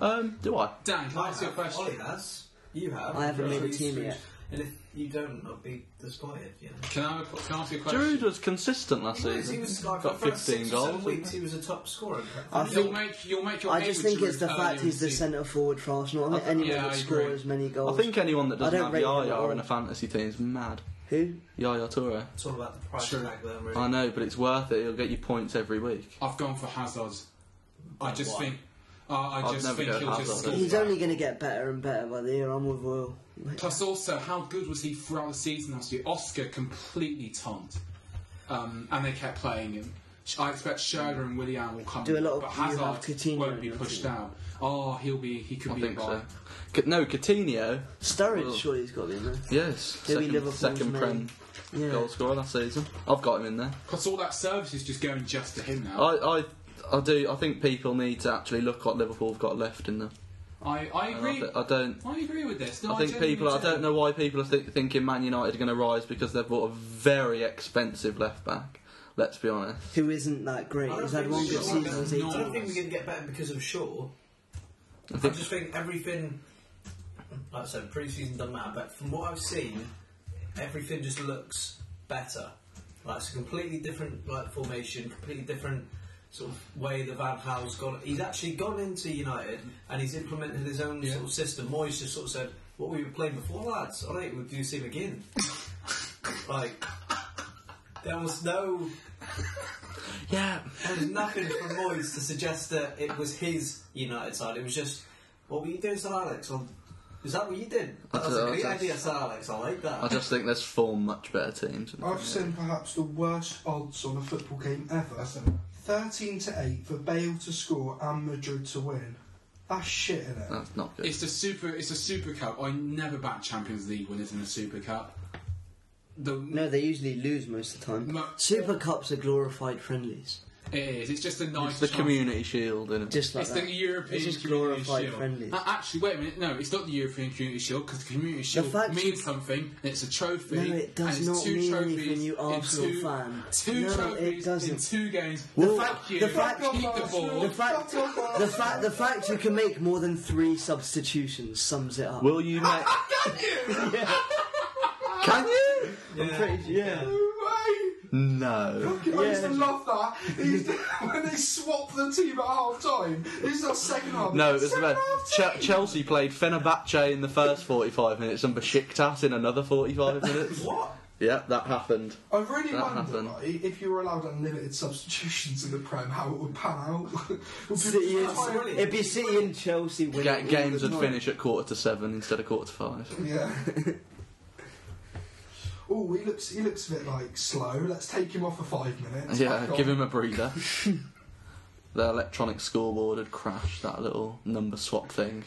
A: Um, do I?
C: Dan, can I ask you a question?
D: Ollie has. You have.
E: I haven't made a
D: Giroud's
E: team
D: huge.
E: yet.
D: And if you don't, I'll be disappointed. You know.
C: Can I, can I ask you a question?
A: Giroud was consistent last
D: He was,
A: season.
D: he was like,
A: Got
D: for about
A: 15
D: six or seven
A: goals.
D: Weeks, he was a top scorer.
E: I
C: You'll
E: think.
C: make you'll make your
E: I
C: hay
E: just
C: with
E: think it's
C: Giroud
E: the
C: earlier
E: fact
C: in
E: he's the
C: season.
E: centre forward for Arsenal. I think anyone
C: yeah,
E: that
C: I
E: scores
C: agree.
E: as many
A: I
E: goals.
A: think anyone that
E: I
A: doesn't
E: don't
A: have
E: rate him at
A: Yaya
E: all.
A: in a fantasy team is mad.
E: Who?
A: Yaya Toure.
D: It's all about the price
C: Sure.
D: tag, then, really.
A: I know, but it's worth it. He'll get you points every week.
C: I've gone for Hazard. I just
D: Why?
C: think. Uh, I
A: I'd
C: just
A: never
C: think
A: go
C: he'll just
A: Hazard.
C: score.
E: He's only going to get better and better by the year. I'm with Will.
C: Plus, also, how good was he throughout the season last year? Oscar completely tonked, um, and they kept playing him. I expect Schürrle and Willian will come.
E: Do a
C: in,
E: lot of-
C: but
E: you have
C: Hazard
E: Coutinho
C: won't be
E: in your
C: pushed
E: team.
C: out. Oh, he'll be. He could
A: I
C: be a
A: think
C: buy.
A: so. C- No, Coutinho.
E: Sturridge,
A: Well-
E: surely he's got to be in there.
A: Yes.
E: He'll be
A: second
E: Liverpool's
A: second
E: main-
A: Prem
E: Yeah.
A: goal scorer last season. I've got him in there.
C: Because all that service is just going just to him now.
A: I, I, I do. I think people need to actually look what Liverpool have got left in them.
C: I, I
A: And I,
C: agree.
A: th- I don't.
C: I agree with this. No,
A: I think
C: genuinely
A: people. I
C: do.
A: don't know why people are th- thinking Man United are going to rise because they've bought a very expensive left back. Let's be honest.
E: Who isn't that great?
D: I don't
E: He's had
D: think
E: one
D: so.
E: good
D: I
E: season.
D: don't
E: has he?
C: know.
D: I don't think we're going to get better because of Shaw. I,
A: think-
D: just think everything, like I said, pre-season doesn't matter, but from what I've seen, everything just looks better. Like it's a completely different like formation, completely different sort of way that Van Gaal's gone. He's actually gone into United and he's implemented his own sort of system. Moyes just sort of said, "What we were playing before, lads, all right, we'll do the same again." like there was no
A: Yeah.
D: there was nothing from Moyes to suggest that it was his United side. It was just, what were you doing, Sir Alex? Or, is that what you did?
A: I
D: That's
A: don't
D: a
A: know,
D: great
A: that's-
D: idea, Sir Alex. I like
A: I
D: that.
A: just think there's four much better teams.
B: I've seen perhaps the worst odds on a football game ever. 13 to 8 for Bale to score and Madrid to win. That's shit, in it?
A: That's not good.
C: It's the super. It's a super cup. I never back Champions League winners in the super cup. The,
E: No, they usually lose most of the time.
C: No.
E: Super Cups are glorified friendlies.
C: It is. It's just a nice.
A: It's the
C: chance.
A: community shield, innit?
E: Just like
C: It's
E: that.
C: the European
E: It's just
C: Community
E: glorified
C: Shield.
E: friendlies.
C: Uh, actually, wait a minute. No, it's not the European Community Shield because the Community Shield
E: fact
C: means
E: you-
C: something. and It's a trophy.
E: No, it does
C: and it's
E: not
C: two
E: mean
C: trophies
E: anything, you
C: in
E: Arsenal
C: two,
E: fan.
C: Two
E: No, it
C: trophies in
E: doesn't.
C: two games.
E: Well,
C: the fact you
E: the fact-
C: keep the ball.
E: The fact, the fact, the fact you can make more than three substitutions sums it up.
A: Will you make? Can you?
E: I'm pretty sure. Yeah.
A: No.
B: I used to love that. He used to- when they swap the team at half time, it's not second half.
A: No, it was
B: second
A: about
B: half
A: Ch- Chelsea played Fenerbahce in the first 45 minutes and Besiktas in another 45 minutes.
B: What?
A: yeah, that happened.
B: I really
A: That
B: wonder
A: happened.
B: like, if you were allowed unlimited substitutions in the Prem, how it would pan out. Would people
E: City
B: try
E: and-
B: and-
E: it'd be City and Chelsea winning.
A: Ga- games
E: all
A: would
E: the time.
A: finish at quarter to seven instead of quarter to five.
B: Yeah. oh, he looks he looks a bit like slow. Let's take him off for five minutes.
A: Yeah,
B: Back on.
A: give him a breather. the electronic scoreboard had crashed that little number swap thing.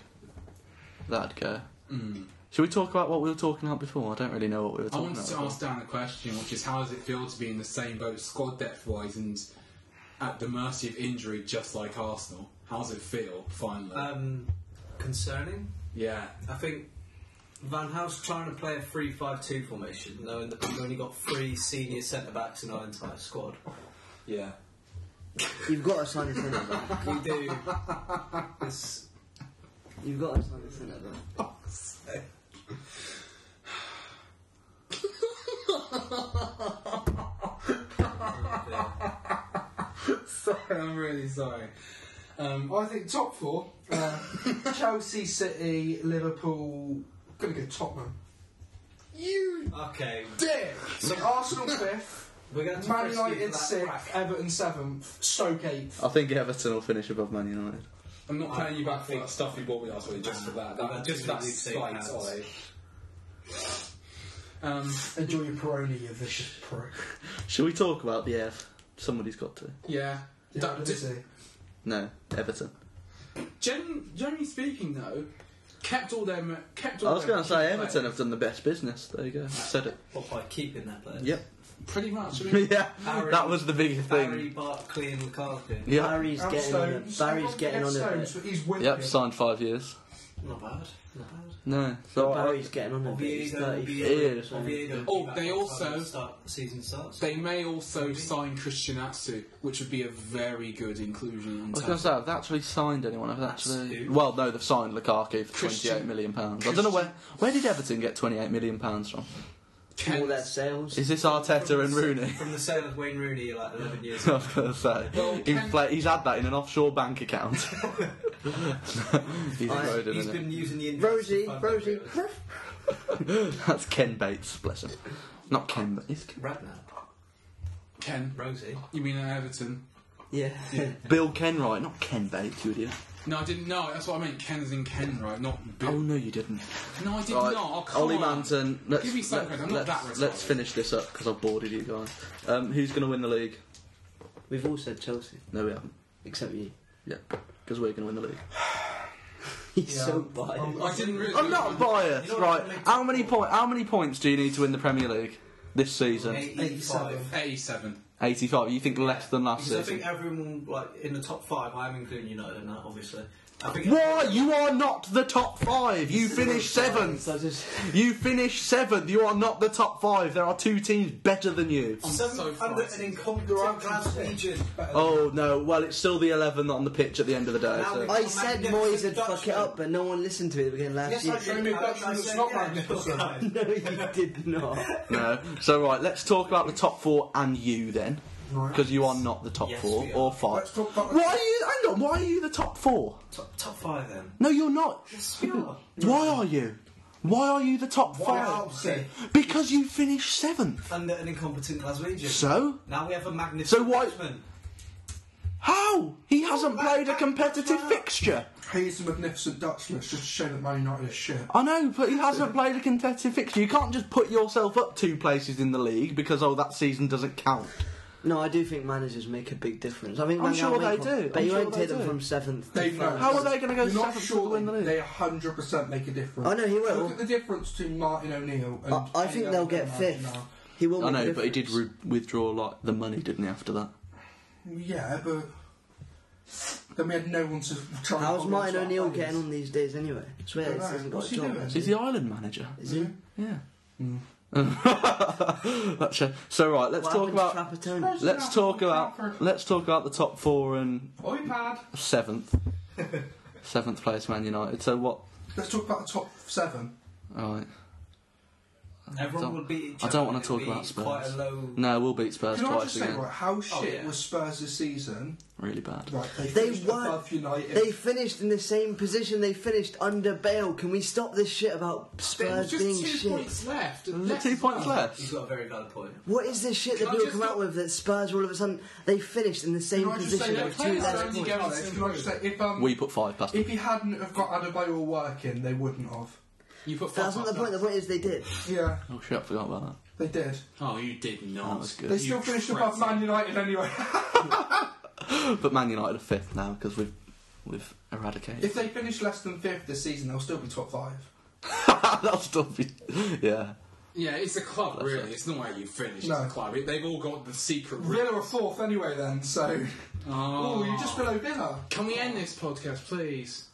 A: That'd go.
C: Mm.
A: Should we talk about what we were talking about before? I don't really know what we were
C: I
A: talking
C: wanted
A: about.
C: to
A: before.
C: ask Dan a question, which is how does it feel to be in the same boat squad depth wise and at the mercy of injury, just like Arsenal? How does it feel finally?
D: Um, concerning.
C: yeah.
D: I think Van Gaal's trying to play a 3 5 2 formation, knowing that we've only got three senior centre backs in our entire squad.
C: Yeah.
E: You've got to sign a centre back.
D: We do. It's,
E: You've got to sign a centre back.
C: Sorry, I'm really sorry. Um,
B: oh, I think top four: uh, Chelsea, City, Liverpool. Gonna go Tottenham.
C: you
D: okay,
C: dick!
B: So Arsenal fifth,
D: we're going to
B: Man
D: press you for
B: United
D: that
B: sixth,
D: crack.
B: Everton seventh, Stoke eighth.
A: I think Everton will finish above Man United.
C: I'm not paying you back for
D: think-
C: that stuff you bought me last week, just for that.
D: Well,
C: that
D: that's
C: just
D: gonna
C: that
D: be big
C: spite,
D: hands.
C: Ollie. Um,
B: Enjoy your Peroni, you vicious prick.
A: Should we talk about the F? Somebody's got to.
C: yeah.
B: Yeah,
C: Da-
B: what
C: d-
B: is he?
A: No, Everton.
C: gen- generally speaking, though, kept all them. Kept all
A: I was
C: their
A: going to say
C: key
A: Everton
C: players.
A: have done the best business. There you go. Said it.
D: What, by keeping that player?
A: Yep.
C: Pretty much. I mean,
A: yeah.
D: Harry-
A: That was the biggest
D: Barry,
A: thing.
D: Barkley, and Lukaku.
A: Yeah.
E: Barry's
B: And
E: getting on it.
B: Stones.
E: Barry's
B: Everyone
E: getting on
B: forgets
E: it.
B: Stones, but he's wicked.
A: Yep. Signed five years.
D: Not bad. Not bad.
A: No. So
E: But
A: I,
E: Barry's getting on a bit. He's
D: Oviedo,
A: Oviedo.
E: 33 or something.
D: Oviedo.
C: Oh,
D: back
C: they
D: on
C: also-
D: the start season starts.
C: They may also
D: Maybe.
C: sign Christian Atsu, which would be a very good inclusion. In
A: I was going
C: terms.
A: to say, have they actually signed anyone? Have they
D: That's
A: actually?
D: who?
A: Well, no, they've signed Lukaku for
C: Christian-
A: twenty-eight million pounds. I don't know where where did Everton get twenty-eight million pounds from?
E: All their
C: Kent,
E: sales.
A: Is this Arteta and Rooney?
D: From the sale of Wayne Rooney like 11 years
A: I
D: ago.
A: was going to say
C: Well,
A: Infla- he's had that in an offshore bank account. he's
E: I-
A: eroded
D: He's
A: in it.
D: been using the interest
E: Rosie,
D: to fund
E: Rosie.
D: it, really.
A: That's Ken Bates, bless him. Not Ken, but it's
D: Radna.
C: Ken,
D: Rosie.
C: you mean at Everton?
E: Yeah.
A: Bill Kenwright, not Ken Bates, you idiot.
C: No, I didn't. No, that's what I meant. Ken's in Ken, right? Not Bill.
A: Oh no, you didn't.
C: No, I did
A: Right,
C: not. Oh, come
A: Ollie
C: on.
A: Manton. Let's,
C: Give me some
A: let,
C: credit, I'm not
A: us
C: that retarded.
A: let's finish this up because I've boarded you guys. Um, who's going to win the league?
E: We've all said Chelsea,
A: No, we haven't.
E: except you.
A: Yeah, because we're going to win the league.
E: He's
B: Yeah.
E: so biased.
C: I didn't really.
A: I'm not biased,
D: You know what
A: right?
D: I'm
A: How many point? How many points do you need to win the Premier League this season?
D: 85.
C: 87.
A: Eighty-five. You think less than last
D: Because I
A: season?
D: think everyone, like, in the top five, I'm including United in that, obviously. I think
A: Why? You are not the top five. You finished seventh.
E: So I just-
A: You finished seventh. You are not the top five. There are two teams better than you.
C: I'm
D: Seven
C: so
D: under
C: fast.
D: an incompetent Glaswegian.
A: Oh no! Well, it's still the eleven on the pitch at the end of the day.
D: Now
A: so-
D: we-
E: I said Moyes would fuck it up, but no one listened to it again
D: Yes,
E: last year.
D: I did.
B: Jamie
D: I-
B: Baxter
D: I
B: was
D: said,
B: not
D: yeah,
B: magnificent.
D: no,
E: No, you did not.
A: No. So right, let's talk about the top four and you then, because you are not the top
D: Yes,
A: four
D: we are.
A: or five.
B: Let's talk about-
A: Why are you? Hang on. Why are you the top four?
D: Top, top five then.
A: No, you're not.
D: Yes, we are.
A: Why are you? Why are you the top five?
B: Chelsea.
A: Because you finished seventh.
D: Under an incompetent Glaswegian.
A: So
D: now we have a magnificent.
A: So why-
D: batsman.
A: how? He hasn't played a competitive fixture.
B: He's a magnificent Dutchman. It's just a shame that Man United is shit.
A: I know, but he hasn't played a competitive fixture. You can't just put yourself up two places in the league because oh that season doesn't count.
E: No, I do think managers make a big difference. I think
A: I'm
E: Wenger
A: sure
E: went
A: they
E: from-
A: do.
E: But
A: I'm
E: you
A: sure
E: won't
A: they
E: take them
A: do.
E: from seventh.
B: They
E: to
B: know.
E: first.
A: How are they going to go
B: You're not
A: seventh
B: sure
A: to win the league?
B: They 100% make a difference.
E: I know he will.
B: Look at the difference to Martin O'Neill. And
E: I, I think
B: any
E: they'll
B: other
E: get
B: man
E: fifth.
B: now.
E: He will.
A: I
E: make a
A: know, but he did
E: difference.
A: re- withdraw like the money, didn't he? After that,
B: Yeah, but then we had no one to try. and
E: How's
B: hold
E: Martin
B: on to our
E: O'Neill
B: players.
E: getting on these days anyway? I swear,
B: Don't
E: he
B: know.
E: hasn't got
B: What's he
E: a job.
B: doing?
E: has
A: he's the island manager. Mm.
E: Is he?
A: Yeah. That's a- so right, let's
E: What
A: talk
E: happened
A: about
E: to Trapattoni?
A: let's talk about let's talk about the top four and
B: Oi, pad.
A: seventh, seventh place Man United. So what?
B: Let's talk about the top seven.
A: All right.
D: Everyone
A: don't-
D: will beat each
A: I
D: other.
A: don't wanna
D: It'll
A: talk
D: be
A: about Spurs.
D: Quite a low.
A: No, we'll beat Spurs
B: Can I
A: twice
B: just say,
A: again.
B: right, how shit
D: yeah.
B: was Spurs this season?
A: Really bad.
B: Right, they,
E: They
B: finished
E: weren't-
B: above United.
E: They finished in the same position they finished under Bale. Can we stop this shit about
C: There's
E: Spurs
C: just
E: being
C: two
E: shit?
C: points left.
A: The
C: Left
A: two
C: as
A: points
C: well.
A: left.
D: He's got a very valid point.
E: What is this shit that
C: Can I
E: people
C: just
E: come out
C: not-
E: with that Spurs all of a sudden they finished in the same
B: Can I just say,
E: position
C: they're
E: with
B: if,
E: two
C: playing
E: less
C: Spurs
E: points?
C: together.
B: can I just say, if um,
A: We put five past. them.
B: if he hadn't have got Adebayor working, they wouldn't have.
C: You put five
E: That's not the
C: past
E: point. The
C: that.
E: point is they did.
B: Yeah,
A: Oh shit! I forgot about that.
B: they did.
C: Oh, you did not.
A: That was
B: They
A: good.
B: still
C: You
B: finished
C: crazy.
B: above Man United anyway.
A: But Man United are fifth now because we've we've eradicated.
B: if they finish less than fifth this season, they'll still be top five.
A: That'll still be. Yeah.
C: Yeah, it's the club, really. It's not where you finish.
B: No.
C: It's the club. It- they've all got the secret. route.
B: Villa are fourth anyway, then. So,
C: Oh,
B: oh, you're just below Villa.
C: Can we end this podcast, please?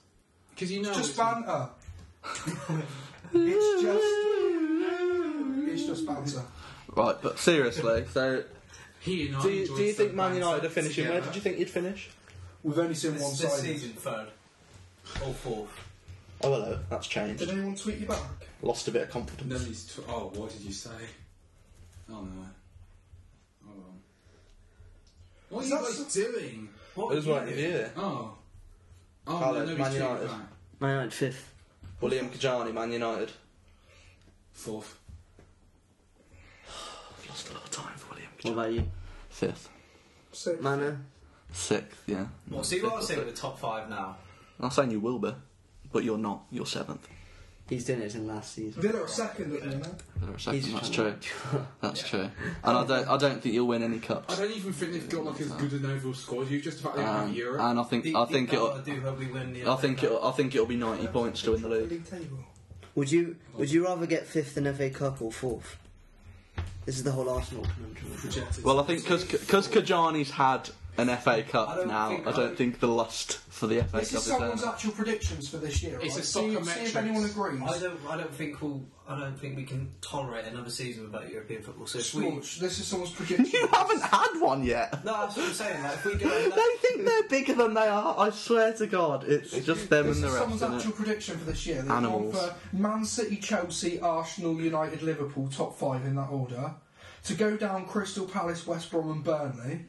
C: Because you know,
B: It's just
C: it's-
B: banter. it's just. It's just banter.
A: Right, but seriously, so
C: he and I
A: do you,
C: enjoyed
A: do you think
C: some
A: Man
C: banter
A: United are finishing? Where
C: together.
A: did you think you'd finish?
B: We've only seen one
D: This, this
B: side.
D: season, third. Or fourth.
A: Oh hello, that's changed.
B: Did anyone tweet you back?
A: Lost a bit of confidence.
C: Nobody's. Tw- oh, what did you say? Oh no. Oh. well. What are
B: Is
C: you
B: that
C: guys doing?
D: What
A: It was
D: year?
A: right here.
C: Oh. Oh,
A: Hello,
C: no,
A: Man
C: nobody's tweeting
A: United.
C: back.
E: Man United fifth.
A: William Kajani, Man United.
C: Fourth.
A: I've lost a lot of time for William
E: What about you,
A: Fifth.
B: So,
E: Manor?
A: Sixth, yeah.
D: Well, see what I'm saying with the top five now.
A: I'm not saying you will be, but you're not. You're seventh.
E: He's done it in last season.
B: Villa are second at the moment.
A: There are seconds,
E: He's
A: that's true.
E: trying-
A: That's true. And I don't, I don't think you'll win any
C: I
A: cups.
C: don't even think they've got like as good an overall score. You just about out
A: Um,
C: of Europe.
A: and I think, I
D: Deep
A: think
D: down,
A: it'll,
D: I do hope we win the.
A: I think
D: FA Cup.
A: it'll, I think it'll be 90 points to win the league.
B: League table.
E: Would you Would you rather get fifth in FA Cup or fourth? This is the whole Arsenal conundrum.
C: Projected.
A: Well, I think because Kajani's had an FA Cup
B: I don't
A: now.
B: think-
A: I
B: I
A: don't
B: don't-
A: think the lust for the FA Cup
B: This is
A: is
B: someone's
A: there.
B: actual predictions for this year.
C: It's
B: right?
C: a
B: See- see,
C: psychometrics.
B: if anyone agrees.
D: I don't. I don't think we'll. I don't think we can tolerate another season without European football. So if we, no,
B: Scorch, this is someone's prediction.
A: You haven't had one yet.
D: that's what I'm saying. Like if we do,
A: They think they're bigger than they are. I swear to God, it's just them
B: This
A: and the
B: is
A: rest.
B: someone's
A: Isn't
B: actual
A: it?
B: prediction for this year. They've
A: Animals.
B: gone for Man City, Chelsea, Arsenal, United, Liverpool, top five in that order. To go down Crystal Palace, West Brom, and Burnley.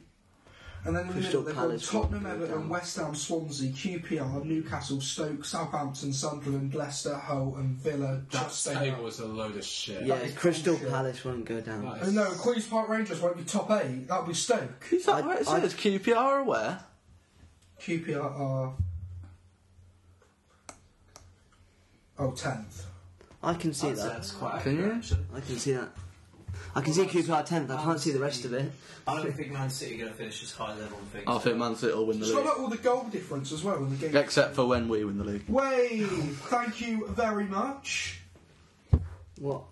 B: And then in the
E: Crystal
B: middle, they've got
E: Palace
B: Tottenham,
E: won't go
B: Everton,
E: down.
B: West Ham, Swansea, QPR, Newcastle, Stoke, Southampton, Sunderland, Leicester, Hull, and Villa.
C: That
B: Just stay
C: table
B: up.
C: was a load of shit.
E: Yeah,
B: is
E: Crystal
B: bullshit.
E: Palace won't go down.
C: That
B: And Uh, no, Queen's Park Rangers won't be top eight. That'll be Stoke.
A: Is that
E: I-
A: where it
E: I-
A: says? QPR are where?
B: QPR are. Oh, 10th.
E: I can see that.
D: that's quite
A: Can
D: accurate.
A: you?
D: actually.
E: I can see that. I can see QPR tenth. I can't see the rest of it.
D: I don't think Man City are going to finish as high level and things.
A: I think Man City will win the
B: It's not
A: league,
B: like all the goal difference as well in the game.
A: except for when we win the league.
B: Way, thank you very much.
E: What?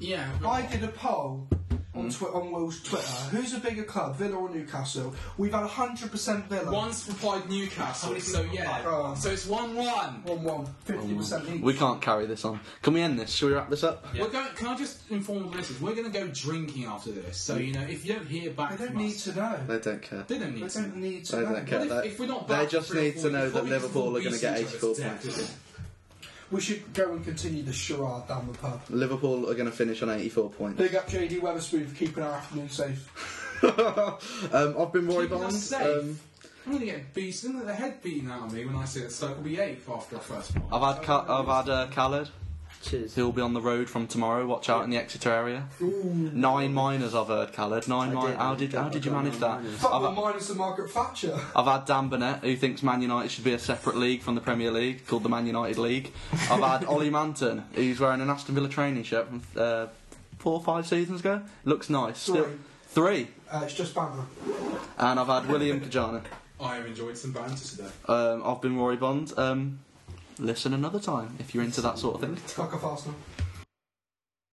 C: Yeah, but-
B: I did a poll on, twi- on Will's Twitter. Who's a bigger club, Villa or Newcastle? We've had 100% Villa.
C: One's replied Newcastle, so yeah.
B: Oh.
C: So it's 1 1.
B: 1 1, 50% each.
A: We can't carry this on. Can we end this? Shall we wrap this up?
C: We're going, can I just inform the listeners? We're going to go drinking after this, so you know, if you don't hear
B: They
C: back
B: don't
C: from
B: need
C: us,
B: to know.
A: They don't care.
C: they don't
B: They
C: need to.
B: don't need to
A: They
B: know.
A: don't care.
C: If-
A: They,
C: if we're not
A: they
C: back
A: just
C: three or
A: need
C: four
A: to know
C: weeks,
A: that
C: probably just
A: Liverpool are going to
C: beat
A: get
C: each other
A: 84
C: to death,
A: points.
C: isn't it?
B: We should go and continue the charade down the pub.
A: Liverpool are going to finish on 84 points.
B: Big up JD Weatherspoon for keeping our afternoon safe.
A: um, I've been worried
C: Keeping
A: behind.
C: us safe.
A: Um,
C: I'm going to get beaten, the head beaten out of me when I say that Stoke will be 8th after the first one.
A: I've had Ka- I've had uh, Khaled.
E: Cheers.
A: He'll be on the road from tomorrow. Watch out in the Exeter area. Nine miners, I've heard, Khaled. Nine
E: I
A: miners.
E: did,
A: how
E: I
A: did
E: did.
A: how did you
E: I got
A: manage that?
E: nine miners.
B: Fuck, well,
A: I've,
B: minus the Margaret Thatcher.
A: I've had Dan Burnett, who thinks Man United should be a separate league from the Premier League, called the Man United League. I've had Ollie Manton, who's wearing an Aston Villa training shirt from uh, four or five seasons ago. Looks nice. Still
B: Three.
A: three.
B: Uh, it's just Banner.
A: And I've had William Kajana.
C: I have enjoyed some banter today.
A: Um, I've been Rory Bond. Um, listen another time if you're into that sort of thing.
B: Fuck off, Arsenal.